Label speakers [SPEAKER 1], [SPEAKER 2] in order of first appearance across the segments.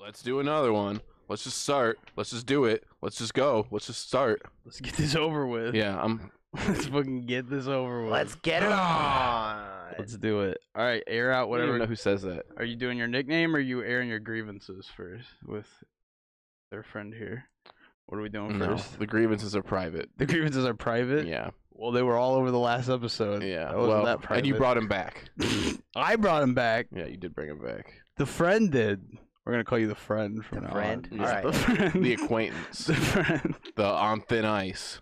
[SPEAKER 1] Let's do another one. Let's just start. Let's just do it. Let's just go. Let's just start.
[SPEAKER 2] Let's get this over with.
[SPEAKER 1] Yeah, I'm.
[SPEAKER 2] Let's fucking get this over with.
[SPEAKER 3] Let's get it on.
[SPEAKER 2] Let's do it. All right, air out
[SPEAKER 1] Whatever.
[SPEAKER 2] whatever.
[SPEAKER 1] know who says that.
[SPEAKER 2] Are you doing your nickname or are you airing your grievances first with their friend here? What are we doing
[SPEAKER 1] No,
[SPEAKER 2] first?
[SPEAKER 1] the grievances are private.
[SPEAKER 2] The grievances are private.
[SPEAKER 1] Yeah,
[SPEAKER 2] Well, they were all over the last episode.
[SPEAKER 1] yeah.
[SPEAKER 2] That wasn't
[SPEAKER 1] well,
[SPEAKER 2] that private.
[SPEAKER 1] and you brought him back.
[SPEAKER 2] I brought him back.
[SPEAKER 1] Yeah, you did bring him back.
[SPEAKER 2] The friend did. We're gonna call you the friend from
[SPEAKER 3] The
[SPEAKER 2] now
[SPEAKER 3] friend?
[SPEAKER 2] on.
[SPEAKER 1] All
[SPEAKER 2] Yeah,
[SPEAKER 3] right.
[SPEAKER 2] The friend.
[SPEAKER 1] The acquaintance,
[SPEAKER 2] the friend.
[SPEAKER 1] the on thin ice.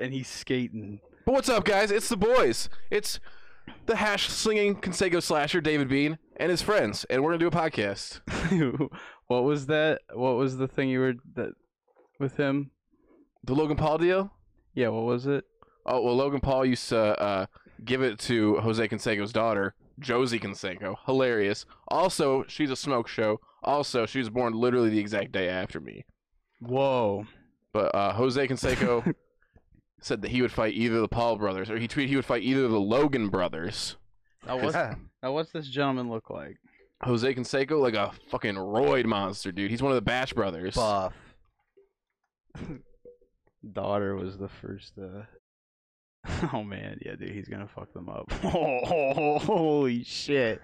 [SPEAKER 2] And he's skating.
[SPEAKER 1] But what's up, guys? It's the boys. It's the hash slinging Conseco slasher David Bean and his friends, and we're gonna do a podcast.
[SPEAKER 2] what was that? What was the thing you were that with him?
[SPEAKER 1] The Logan Paul deal.
[SPEAKER 2] Yeah, what was it?
[SPEAKER 1] Oh well, Logan Paul used to uh, give it to Jose Canseco's daughter, Josie Canseco. Hilarious. Also, she's a smoke show. Also, she was born literally the exact day after me.
[SPEAKER 2] Whoa.
[SPEAKER 1] But uh, Jose Canseco said that he would fight either the Paul brothers, or he tweeted he would fight either the Logan brothers.
[SPEAKER 2] Now
[SPEAKER 1] Cause-
[SPEAKER 2] what's, now what's this gentleman look like?
[SPEAKER 1] Jose Canseco, like a fucking roid monster, dude. He's one of the Bash brothers.
[SPEAKER 3] Buff.
[SPEAKER 2] Daughter was the first uh Oh man, yeah, dude, he's gonna fuck them up. holy shit.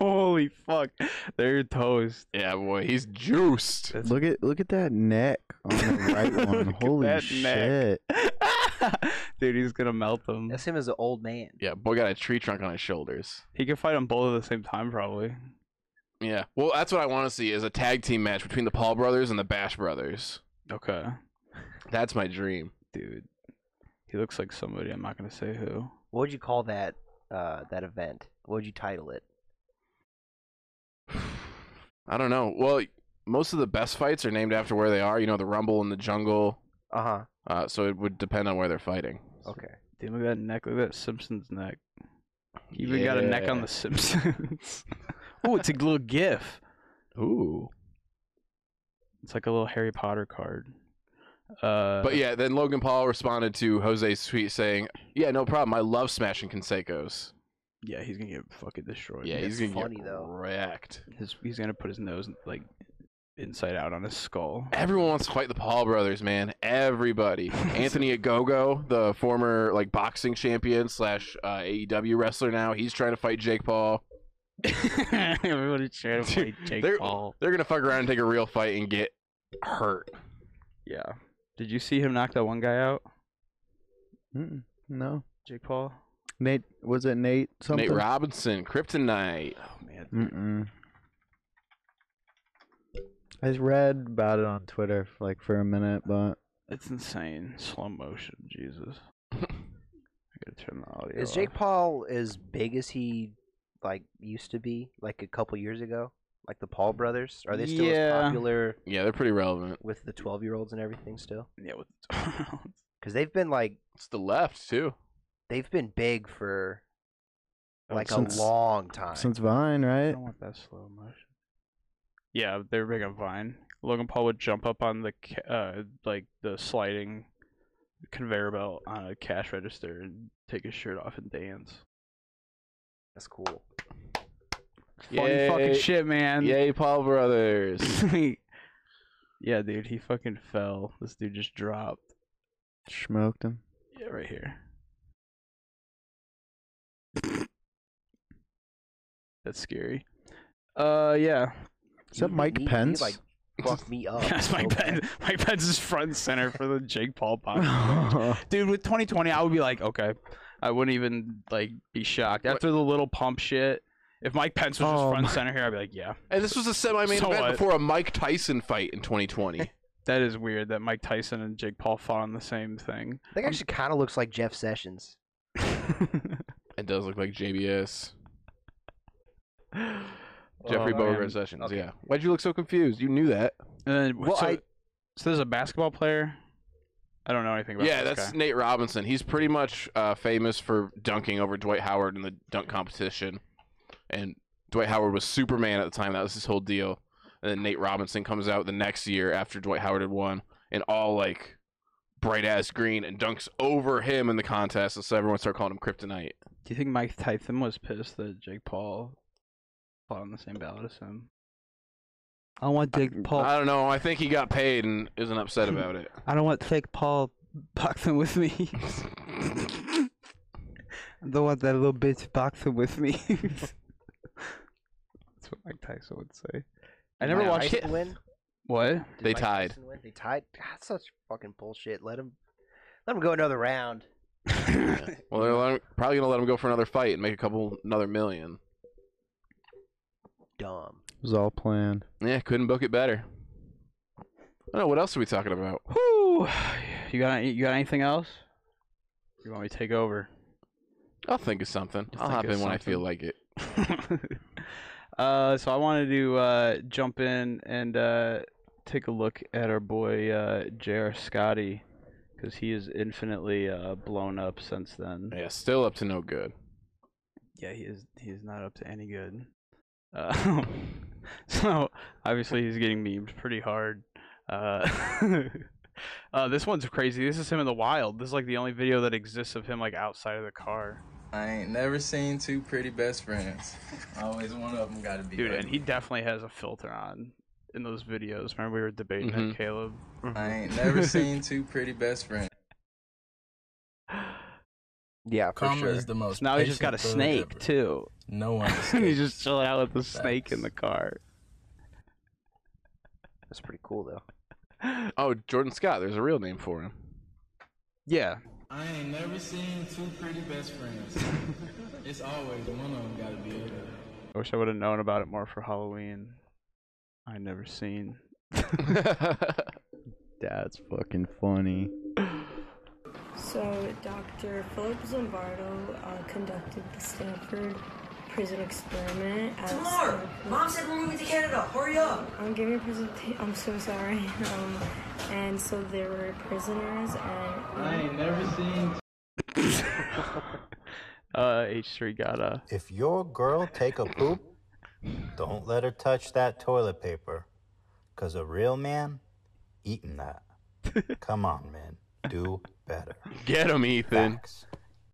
[SPEAKER 2] holy fuck. They're toast.
[SPEAKER 1] Yeah, boy, he's juiced.
[SPEAKER 2] That's-
[SPEAKER 3] Look at look at that neck on the right one.
[SPEAKER 2] Look at
[SPEAKER 3] Holy
[SPEAKER 2] that neck.
[SPEAKER 3] shit.
[SPEAKER 2] dude, he's gonna melt them.
[SPEAKER 3] That's him as an old man.
[SPEAKER 1] Yeah, boy got a tree trunk on his shoulders.
[SPEAKER 2] He can fight them both at the same time, probably.
[SPEAKER 1] Yeah. Well, that's what I want to see is a tag team match between the Paul brothers and the Bash brothers.
[SPEAKER 2] Okay.
[SPEAKER 1] That's my dream.
[SPEAKER 2] Dude. He looks like somebody, I'm not gonna say who.
[SPEAKER 3] What would you call that uh that event? What would you title it?
[SPEAKER 1] I don't know. Well, most of the best fights are named after where they are. You know, the Rumble and the Jungle.
[SPEAKER 3] Uh
[SPEAKER 2] Uh-huh.
[SPEAKER 3] huh.
[SPEAKER 1] Uh, so it would depend on where they're fighting.
[SPEAKER 3] Okay.
[SPEAKER 2] Dude, look at that neck. Look at that Simpsons neck. You even got a neck on the Simpsons. oh, it's a little GIF.
[SPEAKER 1] Ooh.
[SPEAKER 2] It's like a little Harry Potter card. Uh,
[SPEAKER 1] But yeah, then Logan Paul responded to Jose's tweet saying, "Yeah, no problem. I love smashing Conseco's.
[SPEAKER 2] yeah, he's gonna get fucking destroyed.
[SPEAKER 1] Yeah, he's
[SPEAKER 3] That's
[SPEAKER 1] gonna
[SPEAKER 3] funny,
[SPEAKER 1] get
[SPEAKER 3] though.
[SPEAKER 1] wrecked.
[SPEAKER 2] His- he's gonna put his nose like inside out on his skull.
[SPEAKER 1] Everyone wants to fight the Paul brothers, man. Everybody. Anthony Agogo, the former like boxing champion slash uh, AEW wrestler, now he's trying to fight Jake Paul.
[SPEAKER 2] Everybody's trying to play Jake
[SPEAKER 1] they're-
[SPEAKER 2] Paul.
[SPEAKER 1] They're gonna fuck around and take a real fight and get hurt.
[SPEAKER 2] Yeah. Did you see him knock that one guy out,
[SPEAKER 3] Mm-mm. No.
[SPEAKER 2] Jake Paul?
[SPEAKER 3] Nate was it Nate something?
[SPEAKER 1] Nate Robinson, Kryptonite.
[SPEAKER 2] Oh man.
[SPEAKER 4] Mm-mm. I just read about it on Twitter for, like for a minute, but
[SPEAKER 2] It's insane. Slow motion, Jesus. I gotta turn the audio.
[SPEAKER 3] Is Jake
[SPEAKER 2] off.
[SPEAKER 3] Paul as big as he like used to be like a couple years ago? Like the Paul brothers? Are they still
[SPEAKER 2] Yeah.
[SPEAKER 3] as popular
[SPEAKER 1] Yeah, they're pretty relevant.
[SPEAKER 3] with the 12 year olds and everything still?
[SPEAKER 2] Yeah, with
[SPEAKER 3] Because they've been like,
[SPEAKER 1] It's the left too.
[SPEAKER 3] they've been big for
[SPEAKER 2] Uh,
[SPEAKER 3] like
[SPEAKER 4] since-
[SPEAKER 3] a long time.
[SPEAKER 4] since Vine,
[SPEAKER 2] I
[SPEAKER 4] right?
[SPEAKER 2] don't want that slow motion. Yeah, they were big on Vine. Logan Paul would jump up on the ca- uh, like the sliding conveyor belt on a cash register and take his shirt off and dance.
[SPEAKER 3] That's cool.
[SPEAKER 2] Funny fucking
[SPEAKER 1] Yay.
[SPEAKER 2] shit, man.
[SPEAKER 1] Yay, Paul brothers.
[SPEAKER 2] yeah, dude, he fucking fell. This dude just dropped.
[SPEAKER 4] Smoked him.
[SPEAKER 2] Yeah, right here. That's scary. Uh, yeah.
[SPEAKER 4] Is that
[SPEAKER 3] You-
[SPEAKER 4] Mike
[SPEAKER 3] you- you,
[SPEAKER 4] Pence?
[SPEAKER 3] like fucked me up.
[SPEAKER 2] Yes, Mike
[SPEAKER 3] so
[SPEAKER 2] Pence. Mike Pence is front and center for the Jake Paul podcast. Dude, with 2020, I would be like, okay, I wouldn't even like be shocked after the little pump shit. If Mike Pence was just
[SPEAKER 4] Oh,
[SPEAKER 2] front and
[SPEAKER 4] my-
[SPEAKER 2] center here, I'd be like, yeah,
[SPEAKER 1] And this was a semi-main
[SPEAKER 2] So
[SPEAKER 1] event
[SPEAKER 2] what?
[SPEAKER 1] before a Mike Tyson fight in 2020.
[SPEAKER 2] that is weird that Mike Tyson and Jake Paul fought on the same thing.
[SPEAKER 3] bad. That actually kind of looks like Jeff Sessions.
[SPEAKER 1] it does look like JBS. Jeffrey
[SPEAKER 2] Oh, man.
[SPEAKER 1] Bogart Sessions. Yeah. Why'd you look so confused? You knew that.
[SPEAKER 2] And then,
[SPEAKER 3] Well,
[SPEAKER 2] so,
[SPEAKER 3] I-
[SPEAKER 2] so there's a basketball player. I don't know anything about.
[SPEAKER 1] yeah,
[SPEAKER 2] this
[SPEAKER 1] that's
[SPEAKER 2] guy.
[SPEAKER 1] Nate Robinson. He's pretty much uh, famous for dunking over Dwight Howard in the dunk competition. And Dwight Howard was Superman at the time. That was his whole deal. And then Nate Robinson comes out the next year after Dwight Howard had won and all like bright ass green and dunks over him in the contest. And so everyone started calling him Kryptonite.
[SPEAKER 2] Do you think Mike Tyson was pissed that Jake Paul fought on the same ballot as him. I don't want Jake Paul.
[SPEAKER 1] I don't know. I think he got paid and isn't upset about it.
[SPEAKER 2] I don't want Jake Paul boxing with me. I don't want that little bitch boxing with me. That's what Mike Tyson would say. I never
[SPEAKER 1] Yeah,
[SPEAKER 2] watched
[SPEAKER 1] Tyson
[SPEAKER 2] it.
[SPEAKER 1] it.
[SPEAKER 3] Win?
[SPEAKER 2] What?
[SPEAKER 3] Did
[SPEAKER 1] They
[SPEAKER 3] Mike
[SPEAKER 1] tied.
[SPEAKER 3] Tyson win? They tied. That's such fucking bullshit. Let him, let him go another round.
[SPEAKER 1] Well, they're let him- probably gonna let him go for another fight and make a couple another million.
[SPEAKER 3] Dumb.
[SPEAKER 4] was all planned.
[SPEAKER 1] Yeah, couldn't book it better. I don't know what else are we talking about.
[SPEAKER 2] Whew. You got any- you got anything else? You want me to take over?
[SPEAKER 1] I'll think of something.
[SPEAKER 2] Just
[SPEAKER 1] I'll
[SPEAKER 2] think
[SPEAKER 1] hop in
[SPEAKER 2] of
[SPEAKER 1] when I feel
[SPEAKER 2] something.
[SPEAKER 1] like it.
[SPEAKER 2] uh, so I wanted to uh, jump in and uh, take a look at our boy uh, J.R. Scotty because he is infinitely uh, blown up since then.
[SPEAKER 1] Yeah, still up to no good.
[SPEAKER 2] Yeah, he is. He is not up to any good. Uh, so obviously he's getting memed pretty hard. Uh, uh, this one's crazy. This is him in the wild. This is like the only video that exists of him like outside of the car,
[SPEAKER 5] I ain't never seen two pretty best friends. Always one of them gotta be.
[SPEAKER 2] dude. And
[SPEAKER 5] ugly.
[SPEAKER 2] he definitely has a filter on in those videos. Remember we were debating
[SPEAKER 1] Mhm.
[SPEAKER 2] that, Caleb.
[SPEAKER 5] I ain't never seen two pretty best friends.
[SPEAKER 3] Yeah, for
[SPEAKER 5] Karma
[SPEAKER 3] sure.
[SPEAKER 5] is the most.
[SPEAKER 2] So now he's just got a
[SPEAKER 5] patient
[SPEAKER 2] snake
[SPEAKER 5] thug ever.
[SPEAKER 2] too.
[SPEAKER 5] No one.
[SPEAKER 2] he's
[SPEAKER 5] escapes.
[SPEAKER 2] just chilling out with the snake in the
[SPEAKER 5] Facts.
[SPEAKER 2] car.
[SPEAKER 3] That's pretty cool though.
[SPEAKER 1] Oh, Jordan Scott. There's a real name for him.
[SPEAKER 2] Yeah,
[SPEAKER 5] I ain't never seen two pretty best friends. it's always one of them gotta be. Ugly.
[SPEAKER 2] I wish I would have known about it more for Halloween. I never seen.
[SPEAKER 4] That's fucking funny.
[SPEAKER 6] So, Dr. Philip Zimbardo uh, conducted the Stanford prison experiment. At
[SPEAKER 7] Tomorrow.
[SPEAKER 6] Stanford.
[SPEAKER 7] Mom said we're moving to Canada. Hurry up.
[SPEAKER 6] I'm giving a presentation. I'm so sorry. Um, and so there were prisoners, and
[SPEAKER 5] I ain't never seen
[SPEAKER 2] uh, H3 got a.
[SPEAKER 8] If your girl take a poop, don't let her touch that toilet paper. Cause a real man eating that. Come on, man. Do better.
[SPEAKER 1] Get him, Ethan.
[SPEAKER 8] Facts.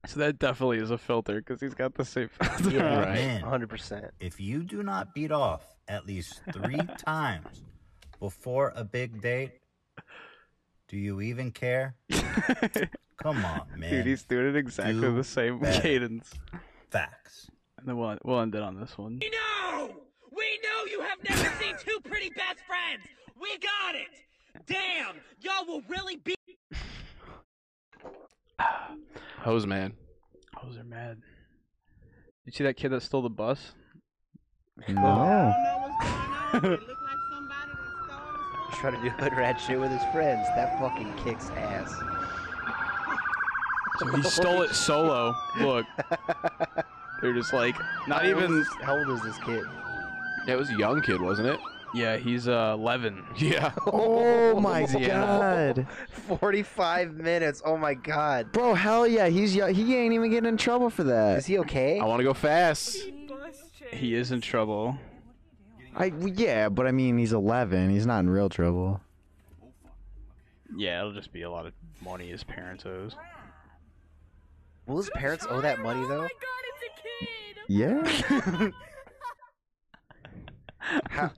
[SPEAKER 2] So that definitely is a filter because he's got the same filter.
[SPEAKER 3] Yeah,
[SPEAKER 1] Right.
[SPEAKER 8] Man,
[SPEAKER 3] 100. percent
[SPEAKER 8] if you do not beat off at least three times before a big date, do you even care? Come on, man.
[SPEAKER 2] Dude, he's doing it exactly
[SPEAKER 8] Do
[SPEAKER 2] the same
[SPEAKER 8] better.
[SPEAKER 2] cadence.
[SPEAKER 8] Facts.
[SPEAKER 2] And then we'll, we'll end it on this one.
[SPEAKER 9] No! We know you have never seen two pretty best friends! We got it! Damn! Y'all will really be.
[SPEAKER 1] Hose man.
[SPEAKER 2] Hoes are mad. You see that kid that stole the bus?
[SPEAKER 4] No.
[SPEAKER 3] Trying to do hood rat shit with his friends. That fucking kicks ass.
[SPEAKER 2] So he stole it solo. Look. They're just like, not even.
[SPEAKER 3] How old is this kid?
[SPEAKER 1] That was a young kid, wasn't it?
[SPEAKER 2] Yeah, he's uh, 11.
[SPEAKER 1] Yeah.
[SPEAKER 4] Oh my god.
[SPEAKER 3] 45 minutes. Oh my god.
[SPEAKER 4] Bro, hell yeah, he's yo- he ain't even getting in trouble for
[SPEAKER 3] Is
[SPEAKER 4] that.
[SPEAKER 3] he okay?
[SPEAKER 1] I want to go fast.
[SPEAKER 2] He is in trouble.
[SPEAKER 4] I well, yeah, but I mean he's 11. He's not in real trouble.
[SPEAKER 2] Yeah, it'll just be a lot of money his parents owes.
[SPEAKER 3] Will his parents owe that money though?
[SPEAKER 4] Yeah.
[SPEAKER 3] How,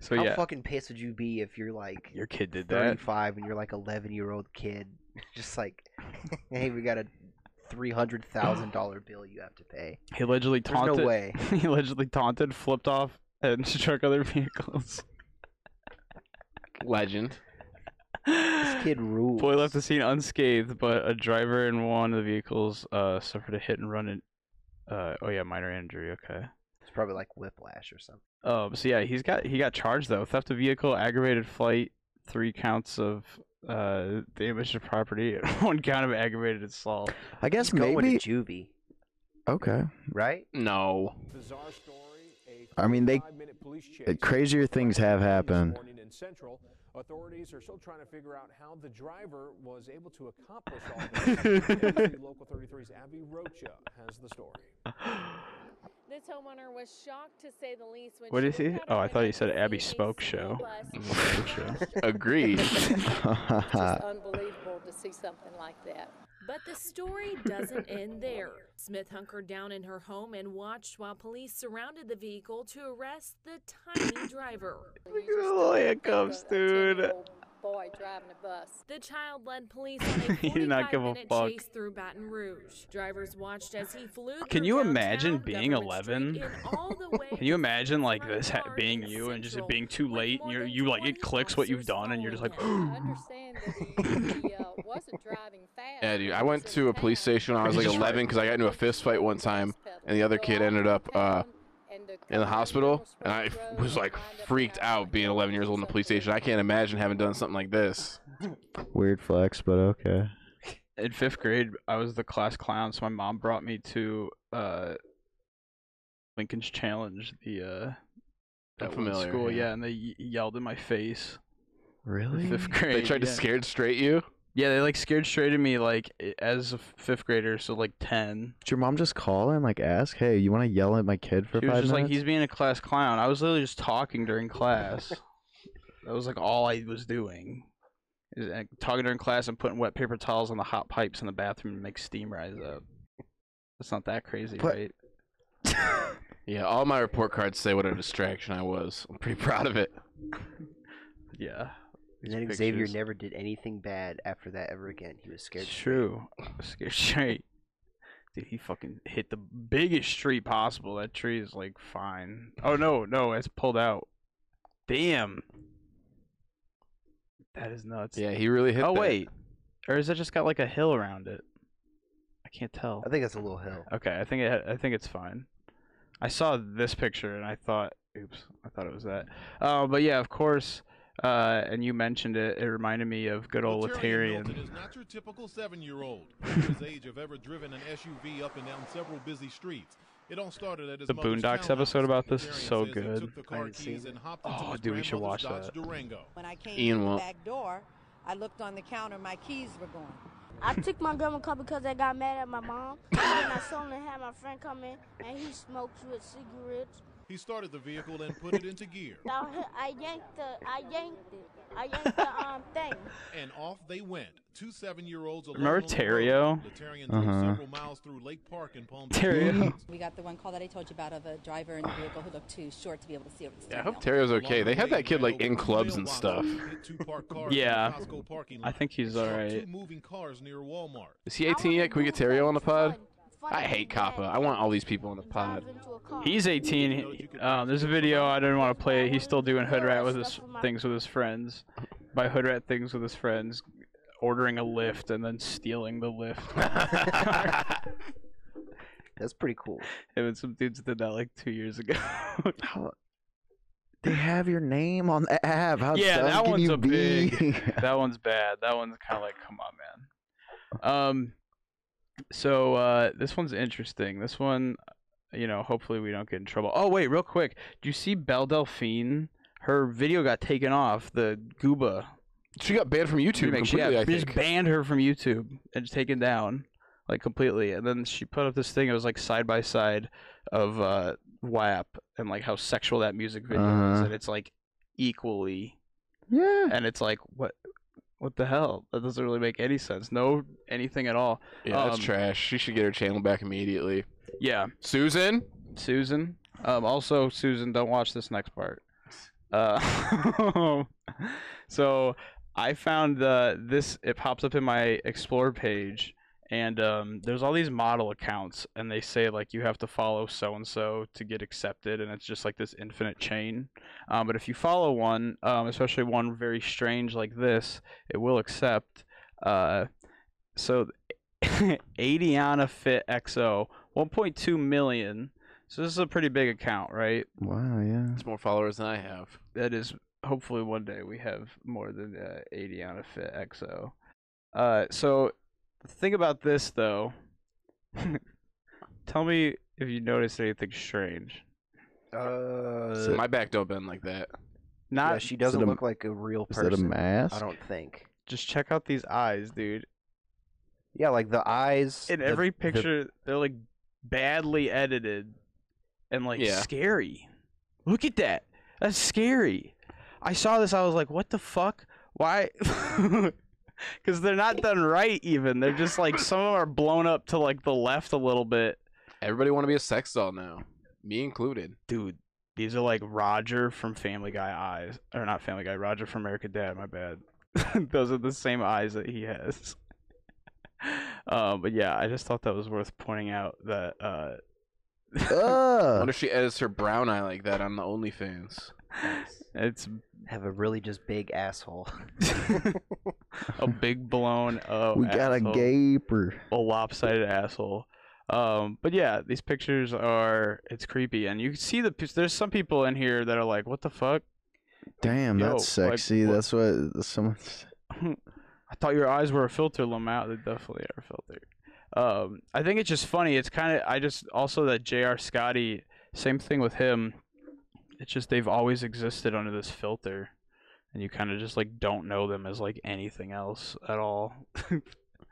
[SPEAKER 2] So
[SPEAKER 3] how
[SPEAKER 2] Oh, yeah,
[SPEAKER 3] fucking pissed would you be if you're like
[SPEAKER 2] your kid did that.
[SPEAKER 3] 35 and you're like 11 year old kid, just like, hey, we got a three hundred thousand dollar bill you have to pay.
[SPEAKER 2] He allegedly
[SPEAKER 3] There's
[SPEAKER 2] taunted.
[SPEAKER 3] no way.
[SPEAKER 2] he allegedly taunted, flipped off, and struck other vehicles.
[SPEAKER 1] Legend.
[SPEAKER 3] This kid rules.
[SPEAKER 2] Boy left the scene unscathed, but a driver in one of the vehicles uh, suffered a hit and run. In, uh, oh yeah, minor injury. Okay.
[SPEAKER 3] It's probably like whiplash or something.
[SPEAKER 2] Um. So yeah, he's got he got charged though. Theft of vehicle, aggravated flight, three counts of uh damage to property, and one count of aggravated assault.
[SPEAKER 4] I guess
[SPEAKER 3] He's
[SPEAKER 4] maybe
[SPEAKER 3] going to juvie,
[SPEAKER 4] Okay.
[SPEAKER 3] right?
[SPEAKER 1] No.
[SPEAKER 10] Bizarre story. A
[SPEAKER 4] I mean, they-
[SPEAKER 10] 45-minute police
[SPEAKER 4] uh,
[SPEAKER 10] chase
[SPEAKER 4] crazier
[SPEAKER 10] took place
[SPEAKER 4] things
[SPEAKER 10] at 10
[SPEAKER 4] have
[SPEAKER 10] this
[SPEAKER 4] happened.
[SPEAKER 10] morning in Central. Authorities are still trying to figure out how the driver was able to accomplish all this. Local 33's Abby Rocha has the story.
[SPEAKER 11] This homeowner was shocked to say the least. When
[SPEAKER 2] What
[SPEAKER 11] she
[SPEAKER 2] is he?
[SPEAKER 11] looked out
[SPEAKER 2] Oh,
[SPEAKER 11] her
[SPEAKER 2] I thought
[SPEAKER 11] window
[SPEAKER 2] you
[SPEAKER 11] to
[SPEAKER 2] said
[SPEAKER 11] see
[SPEAKER 2] Abby
[SPEAKER 11] a
[SPEAKER 2] Spoke
[SPEAKER 11] school
[SPEAKER 2] Show.
[SPEAKER 11] bus
[SPEAKER 2] Spoke Show.
[SPEAKER 11] crashed.
[SPEAKER 1] Agreed.
[SPEAKER 11] It's just unbelievable to see something like that. But the story doesn't end there. Smith hunkered down in her home and watched while police surrounded the vehicle to arrest the tiny driver.
[SPEAKER 2] Look at the little handcuffs, dude.
[SPEAKER 11] Boy driving a bus. The child led police on a
[SPEAKER 2] He did not give a
[SPEAKER 11] 45-minute
[SPEAKER 2] fuck.
[SPEAKER 11] chase through Baton Rouge. Drivers watched as he flew.
[SPEAKER 2] Can
[SPEAKER 11] through
[SPEAKER 2] you
[SPEAKER 11] downtown
[SPEAKER 2] imagine being
[SPEAKER 11] Government
[SPEAKER 2] 11?
[SPEAKER 11] Street in all the way
[SPEAKER 2] Can you imagine like this ha- being you and just it being too late? And you you like it clicks what you've done and you're just like,
[SPEAKER 1] Yeah, dude. I went to a police station when I was like 11 because I got into a fist fight one time, and the other kid ended up uh, in the hospital, and I was like freaked out being 11 years old in the police station. I can't imagine having done something like this.
[SPEAKER 4] Weird flex, but okay.
[SPEAKER 2] in fifth grade, I was the class clown, so my mom brought me to uh, Lincoln's Challenge, the uh, that one
[SPEAKER 1] familiar,
[SPEAKER 2] school,
[SPEAKER 1] yeah.
[SPEAKER 2] yeah. and they y- yelled in my face. in
[SPEAKER 4] Really?
[SPEAKER 2] Fifth grade.
[SPEAKER 1] They tried to
[SPEAKER 2] yeah.
[SPEAKER 1] scared straight you.
[SPEAKER 2] Yeah, they like scared straight at me, like i- as a f- fifth grader, so like ten.
[SPEAKER 4] Did your mom just call and like ask, "Hey, you want to yell at my kid for
[SPEAKER 2] She was
[SPEAKER 4] five
[SPEAKER 2] just like,
[SPEAKER 4] minutes?"
[SPEAKER 2] "He's being a class clown." I was literally just talking during class. that was like all I was doing, is uh, talking during class and putting wet paper towels on the hot pipes in the bathroom to make steam rise up. That's not that crazy,
[SPEAKER 1] But-
[SPEAKER 2] right?
[SPEAKER 1] Yeah, all my report cards say what a distraction I was. I'm pretty proud of it.
[SPEAKER 2] Yeah.
[SPEAKER 3] And then
[SPEAKER 1] These
[SPEAKER 3] Xavier
[SPEAKER 1] pictures.
[SPEAKER 3] never did anything bad after that ever again. He was scared.
[SPEAKER 2] It's true. Scared straight. Dude, he fucking hit the biggest tree possible. That tree is like fine. Oh no, no, it's pulled out. Damn. That is nuts.
[SPEAKER 1] Yeah, he really hit.
[SPEAKER 2] oh
[SPEAKER 1] that.
[SPEAKER 2] wait. Or is it just got like a hill around it? I can't tell.
[SPEAKER 3] I think it's a little hill.
[SPEAKER 2] Okay, I think it, I think it's fine. I saw this picture and I thought, oops, I thought it was that. Uh, but yeah, of course. Uh, and you mentioned it. It reminded me of good old Letarian.
[SPEAKER 12] Milton is not your typical seven-year-old. People his age have ever driven an SUV up and down several busy streets. It all started at his
[SPEAKER 2] The
[SPEAKER 12] mother's
[SPEAKER 2] Boondocks
[SPEAKER 12] townhouse.
[SPEAKER 2] episode about this
[SPEAKER 12] Darian
[SPEAKER 2] is so
[SPEAKER 12] says he
[SPEAKER 2] good.
[SPEAKER 12] took the car keys and hopped into
[SPEAKER 2] Oh,
[SPEAKER 12] his
[SPEAKER 2] dude, we should
[SPEAKER 12] grandmother's
[SPEAKER 2] watch
[SPEAKER 12] Dodge
[SPEAKER 2] that.
[SPEAKER 12] Durango.
[SPEAKER 13] When I came
[SPEAKER 2] Ian
[SPEAKER 13] to the
[SPEAKER 2] won't.
[SPEAKER 13] back door, I looked on the counter, my keys were gone.
[SPEAKER 14] I took my government card because I got mad at my mom. and then I sold and had my friend come in, and he smoked with cigarettes.
[SPEAKER 12] He started the vehicle and put it into gear,
[SPEAKER 14] Now he- I yanked the, I yanked it, I yanked the um thing.
[SPEAKER 12] and off they went. Two seven-year-olds alone
[SPEAKER 2] Remember
[SPEAKER 12] on the
[SPEAKER 2] Terrio?
[SPEAKER 12] road. Letarian drove
[SPEAKER 2] Uh-huh.
[SPEAKER 12] several miles through Lake Park in Palm
[SPEAKER 2] Terrio.
[SPEAKER 15] We got the one call that I told you about of a driver in the vehicle who looked too short to be able to see over the steering
[SPEAKER 1] I hope uh,
[SPEAKER 15] wheel.
[SPEAKER 1] Terrio's okay. They had that kid like in clubs and stuff.
[SPEAKER 2] Yeah. I think he's alright.
[SPEAKER 12] Moving cars near Walmart.
[SPEAKER 1] Is he 18 yet? Can we get Terrio on the pod? I hate Kappa. I want all these people on the pod.
[SPEAKER 2] He's 18. he- Uh, there's a video I didn't want to play. He's still doing hood rat with his things with his friends. By hood rat things with his friends, ordering a lift and then stealing the lift.
[SPEAKER 3] That's pretty cool.
[SPEAKER 2] And then some dudes did that like two years ago.
[SPEAKER 4] They have your name on the app. How
[SPEAKER 2] yeah,
[SPEAKER 4] dumb
[SPEAKER 2] that
[SPEAKER 4] can
[SPEAKER 2] one's
[SPEAKER 4] you
[SPEAKER 2] a
[SPEAKER 4] be?
[SPEAKER 2] big. that one's bad. That one's kind of like, come on, man. Um, so uh, this one's interesting. This one, you know, hopefully we don't get in trouble. Oh wait, real quick, do you see Belle Delphine? Her video got taken off. The Gooba.
[SPEAKER 1] She got banned from YouTube completely, I
[SPEAKER 2] just
[SPEAKER 1] think.
[SPEAKER 2] banned her from YouTube and just taken down like completely. And then she put up this thing. It was like side by side of uh, WAP and like how sexual that music video is,
[SPEAKER 4] Uh-huh.
[SPEAKER 2] and it's like equally.
[SPEAKER 4] Yeah.
[SPEAKER 2] And it's like what what the hell? That doesn't really make any sense. No anything at all.
[SPEAKER 1] Yeah, that's
[SPEAKER 2] Um,
[SPEAKER 1] trash. She should get her channel back immediately.
[SPEAKER 2] Yeah.
[SPEAKER 1] Susan?
[SPEAKER 2] Susan. Um also Susan, don't watch this next part. Uh so I found uh, this it pops up in my explore page and um, there's all these model accounts and they say like you have to follow so and so to get accepted and it's just like this infinite chain um, but if you follow one um, especially one very strange like this it will accept uh, so adiana fit xo 1.2 million so this is a pretty big account right
[SPEAKER 4] Wow. Yeah.
[SPEAKER 1] It's more followers than I have.
[SPEAKER 2] that is hopefully one day we have more than uh, 80 on a fit XO. Uh, so the thing about this though, tell me if you noticed anything strange.
[SPEAKER 3] Uh,
[SPEAKER 1] my back don't bend like that.
[SPEAKER 2] Not
[SPEAKER 3] yeah, she doesn't look like a real
[SPEAKER 2] is
[SPEAKER 3] person.
[SPEAKER 2] it a
[SPEAKER 3] I
[SPEAKER 2] mask?
[SPEAKER 3] don't think.
[SPEAKER 2] Just check out these eyes, dude.
[SPEAKER 3] Yeah, like the eyes.
[SPEAKER 2] In
[SPEAKER 3] the-
[SPEAKER 2] every
[SPEAKER 3] the-
[SPEAKER 2] picture, they're like badly edited and like
[SPEAKER 1] Yeah.
[SPEAKER 2] scary. Look at that. That's scary. I saw this. I was like, what the fuck? Why? because they're not done right. Even they're just like some of them are blown up to like the left a little bit.
[SPEAKER 1] Everybody want to be a sex doll now, me included.
[SPEAKER 2] Dude, these are like Roger from Family Guy eyes, or not Family Guy. Roger from American Dad. My bad. Those are the same eyes that he has. Um, but yeah, I just thought that was worth pointing out that. Uh,
[SPEAKER 1] I
[SPEAKER 2] Ah!
[SPEAKER 1] wonder if she edits her brown eye like that on the OnlyFans.
[SPEAKER 2] It's
[SPEAKER 3] have a really just big asshole.
[SPEAKER 2] a big blown uh
[SPEAKER 4] we got
[SPEAKER 2] asshole.
[SPEAKER 4] a gaper.
[SPEAKER 2] a lopsided asshole. Um, but yeah, these pictures are it's creepy, and you can see the pic- there's some people in here that are like, "What the fuck?
[SPEAKER 4] Damn,
[SPEAKER 2] Yo, like,
[SPEAKER 4] that's sexy.
[SPEAKER 2] what-
[SPEAKER 4] that's what someone. s-
[SPEAKER 2] I thought your eyes were a filter, Lamont. They definitely are a filter." Um, I think it's just funny. It's kind of I just also that J.R. Scotty, same thing with him. It's just they've always existed under this filter, and you kind of just like don't know them as like anything else at all.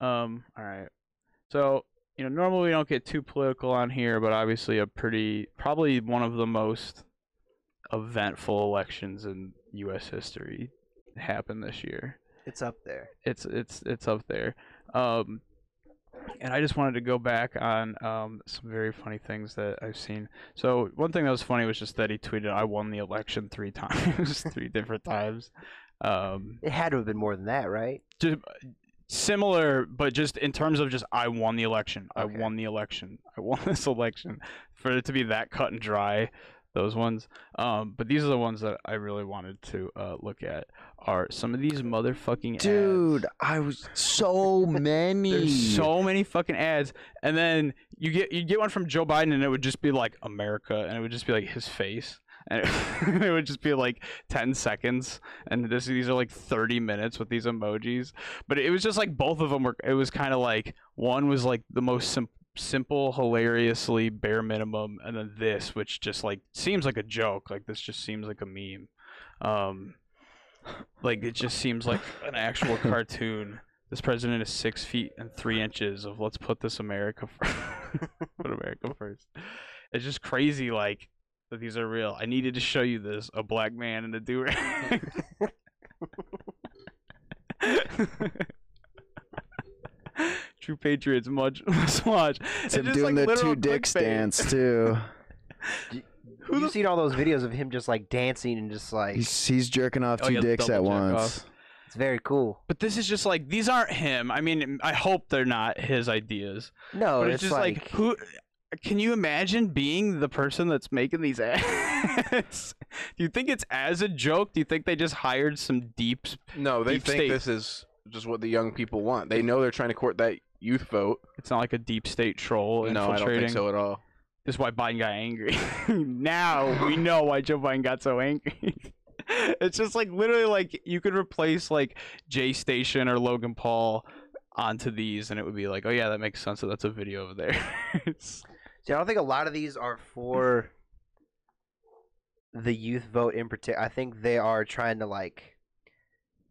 [SPEAKER 2] um. All right. So you know, normally we don't get too political on here, but obviously a pretty, probably one of the most eventful elections in U.S. history happened this year.
[SPEAKER 3] It's up there.
[SPEAKER 2] It's it's it's up there. Um, and I just wanted to go back on um, some very funny things that I've seen. So one thing that was funny was just that he tweeted, "I won the election three times, three different times." Um,
[SPEAKER 3] It had to have been more than that, right?
[SPEAKER 2] just similar, but just in terms of just I won the election. I won the election. I won this election. For it to be that cut and dry, those ones. Um, but these are the ones that I really wanted to uh, look at. Are some of these motherfucking
[SPEAKER 4] Dude, I was so many.
[SPEAKER 2] there's so many fucking ads, and then you get you get one from Joe Biden, and it would just be like America, and it would just be like his face, and it, it would just be like ten seconds, and this these are like thirty minutes with these emojis, but it was just like both of them were. It was kind of like one was like the most sim- simple, hilariously bare minimum, and then this, which just like seems like a joke, like this just seems like a meme, um, like it just seems like an actual cartoon. This president is six feet and three inches of let's put this America first. put America first. It's just crazy, like that these are real. I needed to show you this: a black man in a do rag. True patriots, much must watch. It's
[SPEAKER 4] Except
[SPEAKER 2] just,
[SPEAKER 4] doing
[SPEAKER 2] like,
[SPEAKER 4] the
[SPEAKER 2] literal
[SPEAKER 4] two dicks
[SPEAKER 2] clickbait.
[SPEAKER 4] dance too.
[SPEAKER 3] You've seen all those videos of him just like dancing and just like
[SPEAKER 4] He's, he's jerking off
[SPEAKER 2] Oh,
[SPEAKER 4] two
[SPEAKER 2] yeah,
[SPEAKER 4] dicks at
[SPEAKER 2] double jerk
[SPEAKER 4] once.
[SPEAKER 3] it's very cool.
[SPEAKER 2] But this is just like these aren't him. I mean, I hope they're not his ideas.
[SPEAKER 3] No,
[SPEAKER 2] but it's,
[SPEAKER 3] Oh, it's
[SPEAKER 2] just like,
[SPEAKER 3] like-
[SPEAKER 2] who. Can you imagine being the person that's making these ads? Do you think it's as a joke? Do you think they just hired some deep?
[SPEAKER 1] No, they
[SPEAKER 2] deep
[SPEAKER 1] think
[SPEAKER 2] state?
[SPEAKER 1] this is just what the young people want. They know they're trying to court that youth vote.
[SPEAKER 2] It's not like a deep state troll.
[SPEAKER 1] No, I don't
[SPEAKER 2] infiltrating.
[SPEAKER 1] think so at all.
[SPEAKER 2] This is why Biden got angry. now we know why Joe Biden got so angry. it's just like literally like you could replace like Jay Station or Logan Paul onto these, and it would be like, oh yeah, that makes sense. That that's a video over there.
[SPEAKER 3] See, I don't think a lot of these are for the youth vote in particular. I think they are trying to like